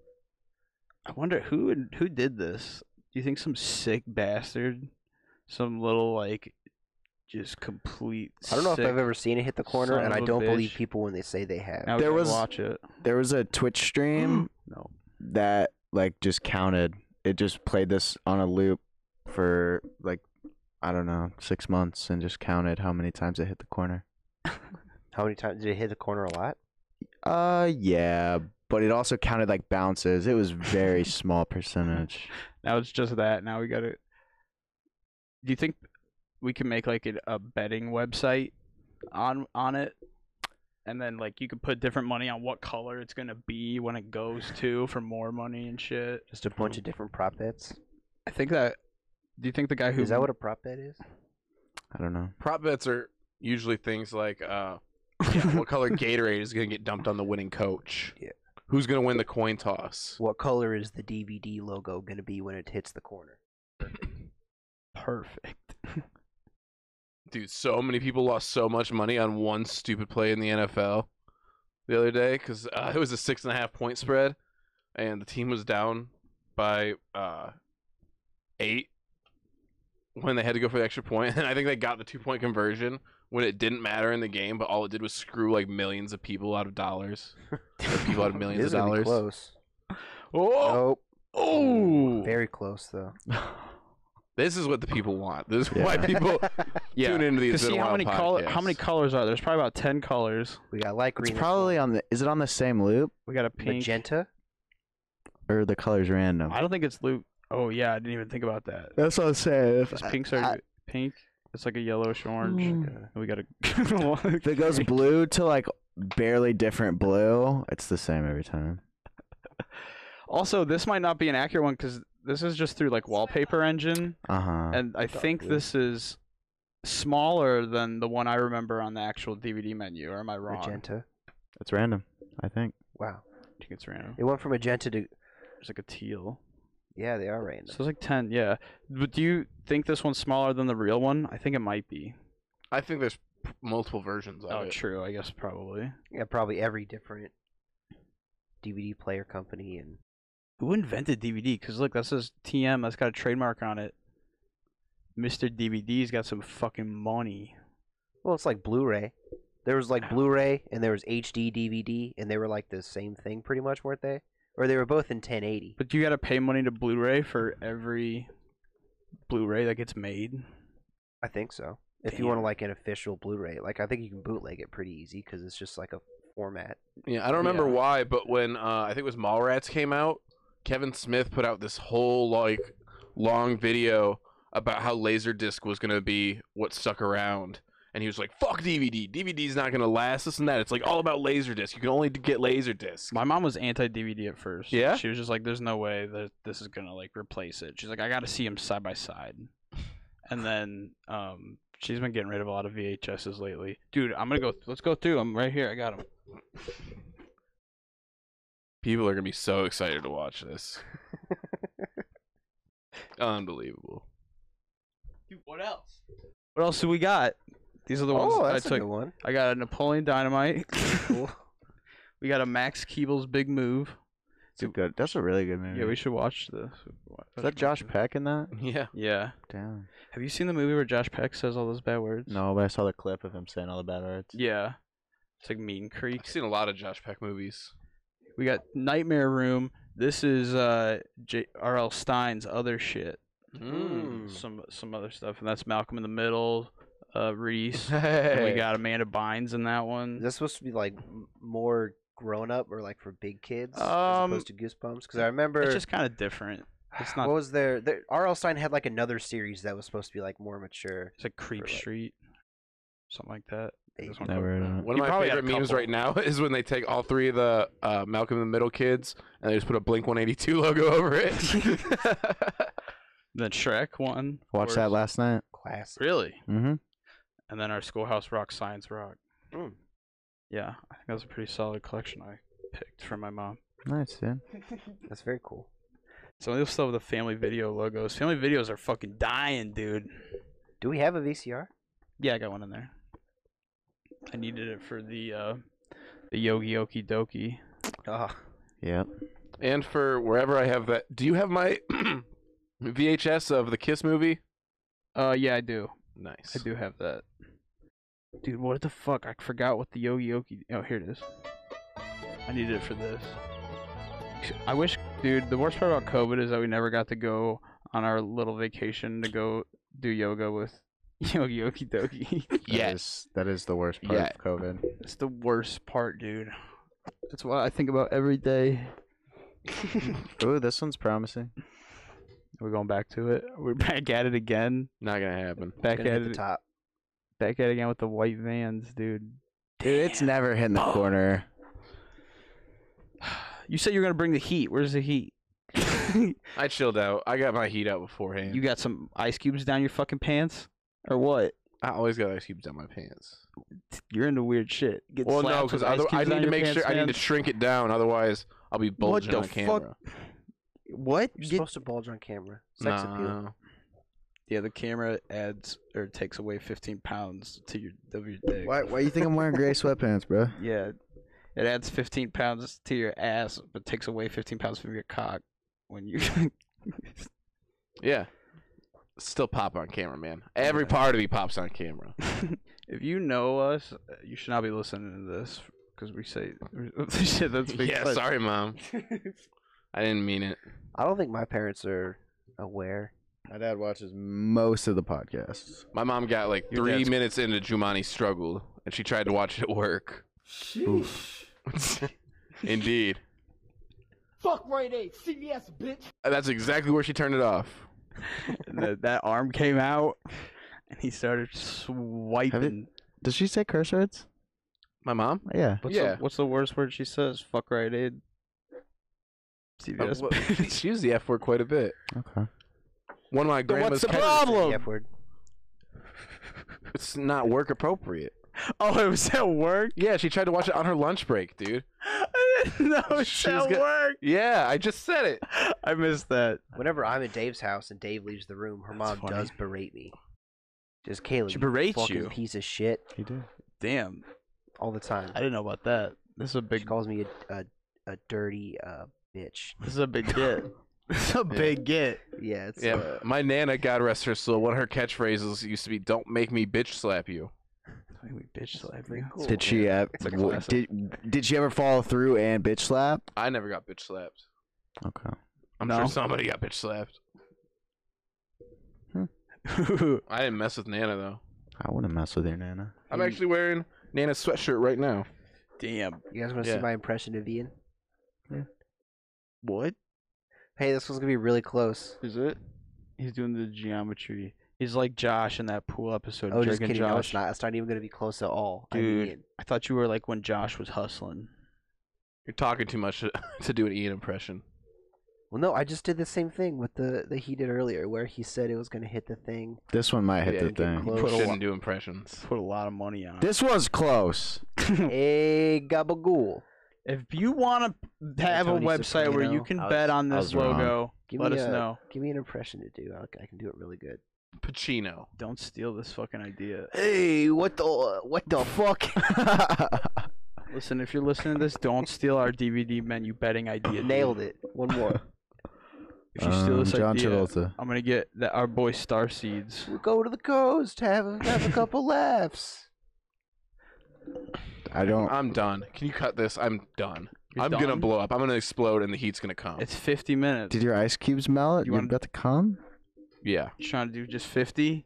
[SPEAKER 2] I wonder who would- who did this. Do you think some sick bastard, some little like, just complete?
[SPEAKER 3] I don't know
[SPEAKER 2] sick-
[SPEAKER 3] if I've ever seen it hit the corner,
[SPEAKER 2] son
[SPEAKER 3] and I
[SPEAKER 2] of a
[SPEAKER 3] don't believe
[SPEAKER 2] bitch.
[SPEAKER 3] people when they say they have.
[SPEAKER 2] Now we
[SPEAKER 4] There
[SPEAKER 2] gotta
[SPEAKER 4] was-
[SPEAKER 2] watch it.
[SPEAKER 4] There was a Twitch stream
[SPEAKER 2] No.
[SPEAKER 4] that like just counted. It just played this on a loop for like I don't know six months and just counted how many times it hit the corner.
[SPEAKER 3] How many times did it hit the corner? A lot.
[SPEAKER 4] Uh, yeah, but it also counted like bounces. It was very small percentage.
[SPEAKER 2] Now it's just that. Now we gotta. Do you think we can make like an, a betting website on on it, and then like you could put different money on what color it's gonna be when it goes to for more money and shit?
[SPEAKER 3] Just a bunch
[SPEAKER 2] Mm-hmm.
[SPEAKER 3] of different prop bets.
[SPEAKER 2] I think that. Do you think the guy who
[SPEAKER 3] Is that what a prop bet is?
[SPEAKER 4] I don't know.
[SPEAKER 1] Prop bets are usually things like uh, yeah, what color Gatorade is going to get dumped on the winning coach?
[SPEAKER 3] Yeah.
[SPEAKER 1] Who's going to win the coin toss?
[SPEAKER 3] What color is the DVD logo going to be when it hits the corner?
[SPEAKER 2] perfect?
[SPEAKER 1] Dude, so many people lost so much money on one stupid play in the NFL the other day because uh, it was a six and a half point spread, and the team was down by uh, eight when they had to go for the extra point, and I think they got the two point conversion when it didn't matter in the game, but all it did was screw like millions of people out of dollars. Or people out of millions
[SPEAKER 3] This
[SPEAKER 1] of
[SPEAKER 3] is gonna be
[SPEAKER 1] dollars.
[SPEAKER 3] Close.
[SPEAKER 1] Oh,
[SPEAKER 3] Oh,
[SPEAKER 1] oh,
[SPEAKER 3] very close though.
[SPEAKER 1] this is what the people want. This is
[SPEAKER 4] Yeah.
[SPEAKER 1] why people
[SPEAKER 2] Yeah.
[SPEAKER 1] tune into
[SPEAKER 2] To
[SPEAKER 1] these.
[SPEAKER 2] see
[SPEAKER 1] Been a
[SPEAKER 2] how
[SPEAKER 1] While
[SPEAKER 2] many color, how
[SPEAKER 1] podcasts.
[SPEAKER 2] many colors are there? There's probably about ten colors.
[SPEAKER 3] We got light
[SPEAKER 4] It's
[SPEAKER 3] green,
[SPEAKER 4] probably on the. Is it on the same loop
[SPEAKER 2] We got a pink.
[SPEAKER 3] magenta.
[SPEAKER 4] or the colors random?
[SPEAKER 2] I don't think it's loot. Oh yeah, I didn't even think about that.
[SPEAKER 4] That's what I'm saying. If
[SPEAKER 2] Because
[SPEAKER 4] I-
[SPEAKER 2] pinks are
[SPEAKER 4] I-
[SPEAKER 2] pink. It's like a yellowish orange.
[SPEAKER 4] Mm.
[SPEAKER 2] And we got a.
[SPEAKER 4] if it goes blue to like barely different blue, it's the same every time.
[SPEAKER 2] Also, this might not be an accurate one because this is just through like Wallpaper Engine,
[SPEAKER 4] Uh huh.
[SPEAKER 2] and I
[SPEAKER 3] dark
[SPEAKER 2] think
[SPEAKER 3] blue.
[SPEAKER 2] this is smaller than the one I remember on the actual DVD menu. Or am I wrong?
[SPEAKER 3] Magenta.
[SPEAKER 4] It's random, I think.
[SPEAKER 3] Wow.
[SPEAKER 2] I think it's random.
[SPEAKER 3] It went from magenta to
[SPEAKER 2] There's like a teal.
[SPEAKER 3] yeah, they are random.
[SPEAKER 2] So it's like ten. Yeah. But do you think this one's smaller than the real one? I think it might be.
[SPEAKER 1] I think there's p- multiple versions of
[SPEAKER 2] Oh,
[SPEAKER 1] it.
[SPEAKER 2] true. I guess probably.
[SPEAKER 3] Yeah, probably every different DVD player company and
[SPEAKER 2] Who invented DVD? Because look, that says TM. That's got a trademark on it. Mister DVD's got some fucking money.
[SPEAKER 3] well, it's like Blu-ray. There was like Blu-ray and there was HD DVD and they were like the same thing pretty much, weren't they? Or they were both in 1080.
[SPEAKER 2] But you gotta pay money to Blu-ray for every Blu-ray that gets made.
[SPEAKER 3] I think so. If you want to
[SPEAKER 2] Damn.
[SPEAKER 3] like an official Blu-ray, like I think you can bootleg it pretty easy because it's just like a format.
[SPEAKER 1] Yeah, I don't remember
[SPEAKER 2] Yeah.
[SPEAKER 1] why, but when uh, I think it was Mallrats came out, Kevin Smith put out this whole like long video about how Laserdisc was gonna be what stuck around, and he was like, "Fuck DVD, DVD's not gonna last this and that. It's like all about Laserdisc. You can only d- get Laserdisc."
[SPEAKER 2] My mom was anti-DVD at first.
[SPEAKER 1] Yeah?
[SPEAKER 2] She was just like, "There's no way that this is gonna like replace it." She's like, "I gotta see them side by side." And then um, she's been getting rid of a lot of VHSs lately. Dude, I'm gonna go. Let's go through them right here. I got them.
[SPEAKER 1] People are gonna be so excited to watch this. Unbelievable.
[SPEAKER 20] Dude, what else?
[SPEAKER 2] What else do we got? These are the ones
[SPEAKER 3] Oh,
[SPEAKER 2] that I
[SPEAKER 3] that's a
[SPEAKER 2] took.
[SPEAKER 3] good one.
[SPEAKER 2] I got a Napoleon Dynamite. we got a Max Keeble's Big Move.
[SPEAKER 4] It's a good. That's a really good movie.
[SPEAKER 2] Yeah, we should watch this.
[SPEAKER 4] Mm. Is that Josh Peck in that?
[SPEAKER 1] Yeah.
[SPEAKER 2] Yeah.
[SPEAKER 4] Damn.
[SPEAKER 2] Have you seen the movie where Josh Peck says all those bad words?
[SPEAKER 4] No, but I saw the clip of him saying all the bad words.
[SPEAKER 2] Yeah. It's like Mean Creek.
[SPEAKER 1] I've seen a lot of Josh Peck movies.
[SPEAKER 2] We got Nightmare Room. This is uh J- R.L. Stein's other shit.
[SPEAKER 1] Mm.
[SPEAKER 2] Some some other stuff, and that's Malcolm in the Middle, uh Reese. And we
[SPEAKER 3] Hey.
[SPEAKER 2] got Amanda Bynes in that one.
[SPEAKER 3] Is this supposed to be like m- more grown up or like for big kids
[SPEAKER 2] Um,
[SPEAKER 3] as opposed to Goosebumps? Because I remember
[SPEAKER 2] it's just kind of different. It's not.
[SPEAKER 3] what was there? there R.L. Stein had like another series that was supposed to be like more mature.
[SPEAKER 2] It's like Creep Street, something like that. This one-
[SPEAKER 4] Never heard of it.
[SPEAKER 1] One
[SPEAKER 2] He
[SPEAKER 1] of my
[SPEAKER 2] probably had a
[SPEAKER 1] favorite memes
[SPEAKER 2] couple.
[SPEAKER 1] right now is when they take all three of the uh, Malcolm in the Middle kids and they just put a Blink 182 logo over it.
[SPEAKER 2] The Shrek one. of
[SPEAKER 4] Watched that
[SPEAKER 2] course.
[SPEAKER 4] last night.
[SPEAKER 3] Class.
[SPEAKER 2] Really?
[SPEAKER 4] Mm-hmm.
[SPEAKER 2] And then our Schoolhouse Rock, Science Rock.
[SPEAKER 3] Mm,
[SPEAKER 2] Yeah, I think that was a pretty solid collection I picked from my mom.
[SPEAKER 4] Nice, dude.
[SPEAKER 3] That's very cool.
[SPEAKER 2] So they'll still have the Family Video logos. Family Videos are fucking dying, dude.
[SPEAKER 3] Do we have a VCR?
[SPEAKER 2] Yeah, I got one in there. I needed it for the uh, the Yogi Okie Dokie.
[SPEAKER 3] Ah,
[SPEAKER 4] Yep.
[SPEAKER 1] and for wherever I have that, do you have my VHS of the Kiss movie?
[SPEAKER 2] Uh, yeah, I do.
[SPEAKER 1] Nice.
[SPEAKER 2] I do have that. Dude, what the fuck? I forgot what the Yogi Yogi. Oh, here it is. I needed it for this. I wish, dude. The worst part about COVID is that we never got to go on our little vacation to go do yoga with Yogi Yogi Dogi.
[SPEAKER 4] That is- that is the worst part
[SPEAKER 2] Yeah.
[SPEAKER 4] of COVID.
[SPEAKER 2] It's the worst part, dude. That's what I think about every day.
[SPEAKER 4] Ooh, this one's promising.
[SPEAKER 2] We're going back to it. We're back at it again.
[SPEAKER 1] Not gonna happen.
[SPEAKER 2] Back
[SPEAKER 3] Gonna
[SPEAKER 2] at
[SPEAKER 3] hit the
[SPEAKER 2] it.
[SPEAKER 3] top.
[SPEAKER 2] Back at it again with the white vans, dude.
[SPEAKER 4] Dude, it's never hitting the corner.
[SPEAKER 2] You said you were gonna bring the heat. Where's the heat?
[SPEAKER 1] I chilled out. I got my heat out beforehand.
[SPEAKER 2] You got some ice cubes down your fucking pants, or what?
[SPEAKER 1] I always got ice cubes down my pants.
[SPEAKER 2] You're into weird shit. Get
[SPEAKER 1] well,
[SPEAKER 2] slapped
[SPEAKER 1] no,
[SPEAKER 2] with
[SPEAKER 1] because
[SPEAKER 2] ice
[SPEAKER 1] I
[SPEAKER 2] cubes down
[SPEAKER 1] need to
[SPEAKER 2] your
[SPEAKER 1] make
[SPEAKER 2] pants,
[SPEAKER 1] sure I
[SPEAKER 2] man.
[SPEAKER 1] need to shrink it down. Otherwise, I'll be bulging
[SPEAKER 2] the
[SPEAKER 1] on
[SPEAKER 2] fuck?
[SPEAKER 1] camera.
[SPEAKER 2] What?
[SPEAKER 3] You're
[SPEAKER 2] Get-
[SPEAKER 3] supposed to bulge on camera. Sex appeal.
[SPEAKER 1] No.
[SPEAKER 2] yeah, the camera adds or takes away 15 pounds to your of your dick.
[SPEAKER 4] Why? Why you think I'm wearing gray sweatpants, bro?
[SPEAKER 2] Yeah, it adds 15 pounds to your ass, but takes away 15 pounds from your cock when you.
[SPEAKER 1] Yeah. Still pop on camera, man. Every part of me pops on camera.
[SPEAKER 2] if you know us, you should not be listening to this because we say shit that's being
[SPEAKER 1] yeah,
[SPEAKER 2] said.
[SPEAKER 1] sorry, mom. I didn't mean it.
[SPEAKER 3] I don't think my parents are aware.
[SPEAKER 4] My dad watches most of the podcasts.
[SPEAKER 1] My mom got like
[SPEAKER 4] Your
[SPEAKER 1] three
[SPEAKER 4] dad's-
[SPEAKER 1] minutes into Jumani struggled, and she tried to watch it at work. Indeed,
[SPEAKER 6] Fuck right Aid, CVS, bitch.
[SPEAKER 1] that's exactly where she turned it off.
[SPEAKER 2] And that, that arm came out, and he started swiping.
[SPEAKER 4] Does she say curse words?
[SPEAKER 1] My mom?
[SPEAKER 4] Yeah.
[SPEAKER 2] What's
[SPEAKER 1] Yeah.
[SPEAKER 2] The, what's the worst word she says? Fuck right aid.
[SPEAKER 1] Uh,
[SPEAKER 2] CVS.
[SPEAKER 1] well, she, she used the F word quite a bit.
[SPEAKER 4] Okay.
[SPEAKER 1] One of my
[SPEAKER 2] Then
[SPEAKER 1] grandma's.
[SPEAKER 2] what's the problem?
[SPEAKER 3] F word.
[SPEAKER 1] It's not work appropriate.
[SPEAKER 2] Oh, it was at work.
[SPEAKER 1] Yeah, she tried to watch it on her lunch break, dude.
[SPEAKER 2] no, it
[SPEAKER 1] She was go-
[SPEAKER 2] work.
[SPEAKER 1] Yeah, I just said it.
[SPEAKER 2] I missed that.
[SPEAKER 3] Whenever I'm at Dave's house and Dave leaves the room, her mom
[SPEAKER 2] funny.
[SPEAKER 3] does berate me. Just Caleb,
[SPEAKER 2] She berates
[SPEAKER 3] fucking
[SPEAKER 2] you?
[SPEAKER 3] piece of shit,
[SPEAKER 4] He did.
[SPEAKER 2] Damn,
[SPEAKER 3] all the time.
[SPEAKER 2] I didn't know about that. This is a
[SPEAKER 3] She
[SPEAKER 2] big.
[SPEAKER 3] calls me a a, a dirty uh, bitch.
[SPEAKER 2] This is a big get. this is a big get.
[SPEAKER 3] Yeah, it's
[SPEAKER 1] Yeah,
[SPEAKER 3] uh,
[SPEAKER 1] my nana, God rest her soul, one of her catchphrases used to be "Don't make me bitch slap you."
[SPEAKER 2] We bitch slap you.
[SPEAKER 3] cool.
[SPEAKER 4] Did she? Uh,
[SPEAKER 2] a
[SPEAKER 4] w-
[SPEAKER 2] classic.
[SPEAKER 4] did Did she ever follow through and bitch slap?
[SPEAKER 1] I never got bitch slapped.
[SPEAKER 4] Okay.
[SPEAKER 1] I'm
[SPEAKER 2] No.
[SPEAKER 1] sure somebody got bitch slapped. I didn't mess with Nana though.
[SPEAKER 4] I wouldn't mess with your nana.
[SPEAKER 1] I'm actually wearing Nana's sweatshirt right now.
[SPEAKER 2] Damn.
[SPEAKER 3] You guys want to
[SPEAKER 1] Yeah.
[SPEAKER 3] see my impression of Ian?
[SPEAKER 2] What
[SPEAKER 3] Hey, this one's gonna be really close.
[SPEAKER 2] is it? He's doing the geometry. He's like Josh in that pool episode.
[SPEAKER 3] oh, just
[SPEAKER 2] Drake and
[SPEAKER 3] kidding. No, it's
[SPEAKER 2] Josh.
[SPEAKER 3] not. It's not even gonna be close at all. I'm
[SPEAKER 2] Dude,
[SPEAKER 3] Ian.
[SPEAKER 2] I thought you were like when Josh was hustling.
[SPEAKER 1] You're talking too much to, to do an Ian impression.
[SPEAKER 3] Well, no, I just did the same thing with the that he did earlier, where he said it was gonna hit the thing.
[SPEAKER 4] This one might hit
[SPEAKER 1] Yeah,
[SPEAKER 4] the
[SPEAKER 1] get
[SPEAKER 4] thing.
[SPEAKER 1] You
[SPEAKER 3] Close.
[SPEAKER 1] shouldn't do impressions.
[SPEAKER 2] Put a lot of money on. it.
[SPEAKER 4] This was close.
[SPEAKER 3] hey, gabagool.
[SPEAKER 2] If you want to have a
[SPEAKER 3] Tony
[SPEAKER 2] website where you
[SPEAKER 3] Soprano.
[SPEAKER 2] can
[SPEAKER 4] I
[SPEAKER 2] bet
[SPEAKER 4] was-
[SPEAKER 2] on
[SPEAKER 4] I
[SPEAKER 2] this
[SPEAKER 4] was wrong.
[SPEAKER 2] logo,
[SPEAKER 3] Give
[SPEAKER 2] Let
[SPEAKER 3] me
[SPEAKER 2] us
[SPEAKER 3] a-
[SPEAKER 2] know.
[SPEAKER 3] Give me an impression to do. I, I can do it really good.
[SPEAKER 1] Pacino.
[SPEAKER 2] Don't steal this fucking idea.
[SPEAKER 3] Hey, what the what the fuck?
[SPEAKER 2] Listen, if you're listening to this, don't steal our DVD menu betting idea.
[SPEAKER 3] Nailed it. One more.
[SPEAKER 2] If you steal
[SPEAKER 4] Um,
[SPEAKER 2] this
[SPEAKER 4] John
[SPEAKER 2] idea,
[SPEAKER 4] Travolta.
[SPEAKER 2] I'm gonna get that our boy Star Seeds.
[SPEAKER 3] We'll go to the coast, have a, have a couple laughs.
[SPEAKER 4] I don't.
[SPEAKER 1] I'm done. Can you cut this? I'm done.
[SPEAKER 2] You're
[SPEAKER 1] I'm gonna
[SPEAKER 2] done?
[SPEAKER 1] blow up. I'm gonna explode, and the heat's gonna come.
[SPEAKER 2] It's 50 minutes.
[SPEAKER 4] Did your ice cubes melt?
[SPEAKER 2] You
[SPEAKER 4] You are
[SPEAKER 2] wanna-
[SPEAKER 4] about to come?
[SPEAKER 1] yeah,
[SPEAKER 2] He's trying to do just 50.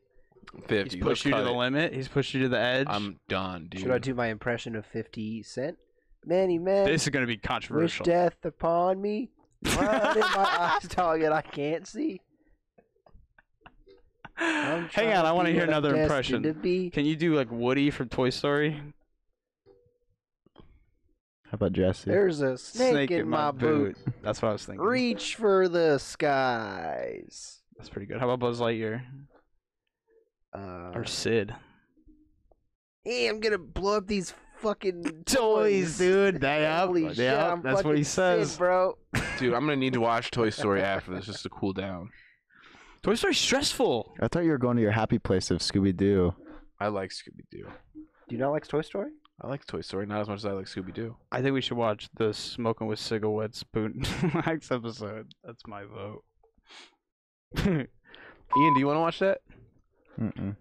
[SPEAKER 1] 50.
[SPEAKER 2] He's pushed you to the limit. He's pushed you to the edge.
[SPEAKER 1] I'm done, dude.
[SPEAKER 3] Should I do my impression of Fifty Cent? Many men
[SPEAKER 2] this is gonna be
[SPEAKER 3] wish
[SPEAKER 2] controversial.
[SPEAKER 3] death upon me. Blind in my eyes, dog, and I can't see. I'm
[SPEAKER 2] Hang
[SPEAKER 3] trying
[SPEAKER 2] on, I want to
[SPEAKER 3] be
[SPEAKER 2] hear
[SPEAKER 3] what I'm
[SPEAKER 2] another
[SPEAKER 3] destined To
[SPEAKER 2] impression.
[SPEAKER 3] be.
[SPEAKER 2] Can you do like Woody from Toy Story?
[SPEAKER 4] How about Jesse?
[SPEAKER 3] There's a snake, in, my, boot.
[SPEAKER 2] That's what I was thinking.
[SPEAKER 3] Reach for the skies.
[SPEAKER 2] That's pretty good. How about Buzz Lightyear
[SPEAKER 3] Uh,
[SPEAKER 2] or Sid?
[SPEAKER 3] hey, I'm gonna blow up these fucking
[SPEAKER 2] Toys,
[SPEAKER 3] toys,
[SPEAKER 2] dude. They up.
[SPEAKER 3] Holy shit,
[SPEAKER 2] They up.
[SPEAKER 3] I'm
[SPEAKER 2] That's what
[SPEAKER 3] fucking
[SPEAKER 2] he says.
[SPEAKER 3] Sid, bro.
[SPEAKER 1] Dude, I'm gonna need to watch Toy Story after this just to cool down.
[SPEAKER 2] Toy Story's stressful.
[SPEAKER 4] I thought you were going to your happy place of Scooby Doo.
[SPEAKER 1] I like Scooby Doo.
[SPEAKER 3] Do you not like Toy Story?
[SPEAKER 1] I like Toy Story not as much as I like Scooby Doo.
[SPEAKER 2] I think we should watch the Smoking with Cigarette Spoon next episode. That's my vote.
[SPEAKER 1] Ian, do you want to watch that?
[SPEAKER 4] Mm-mm.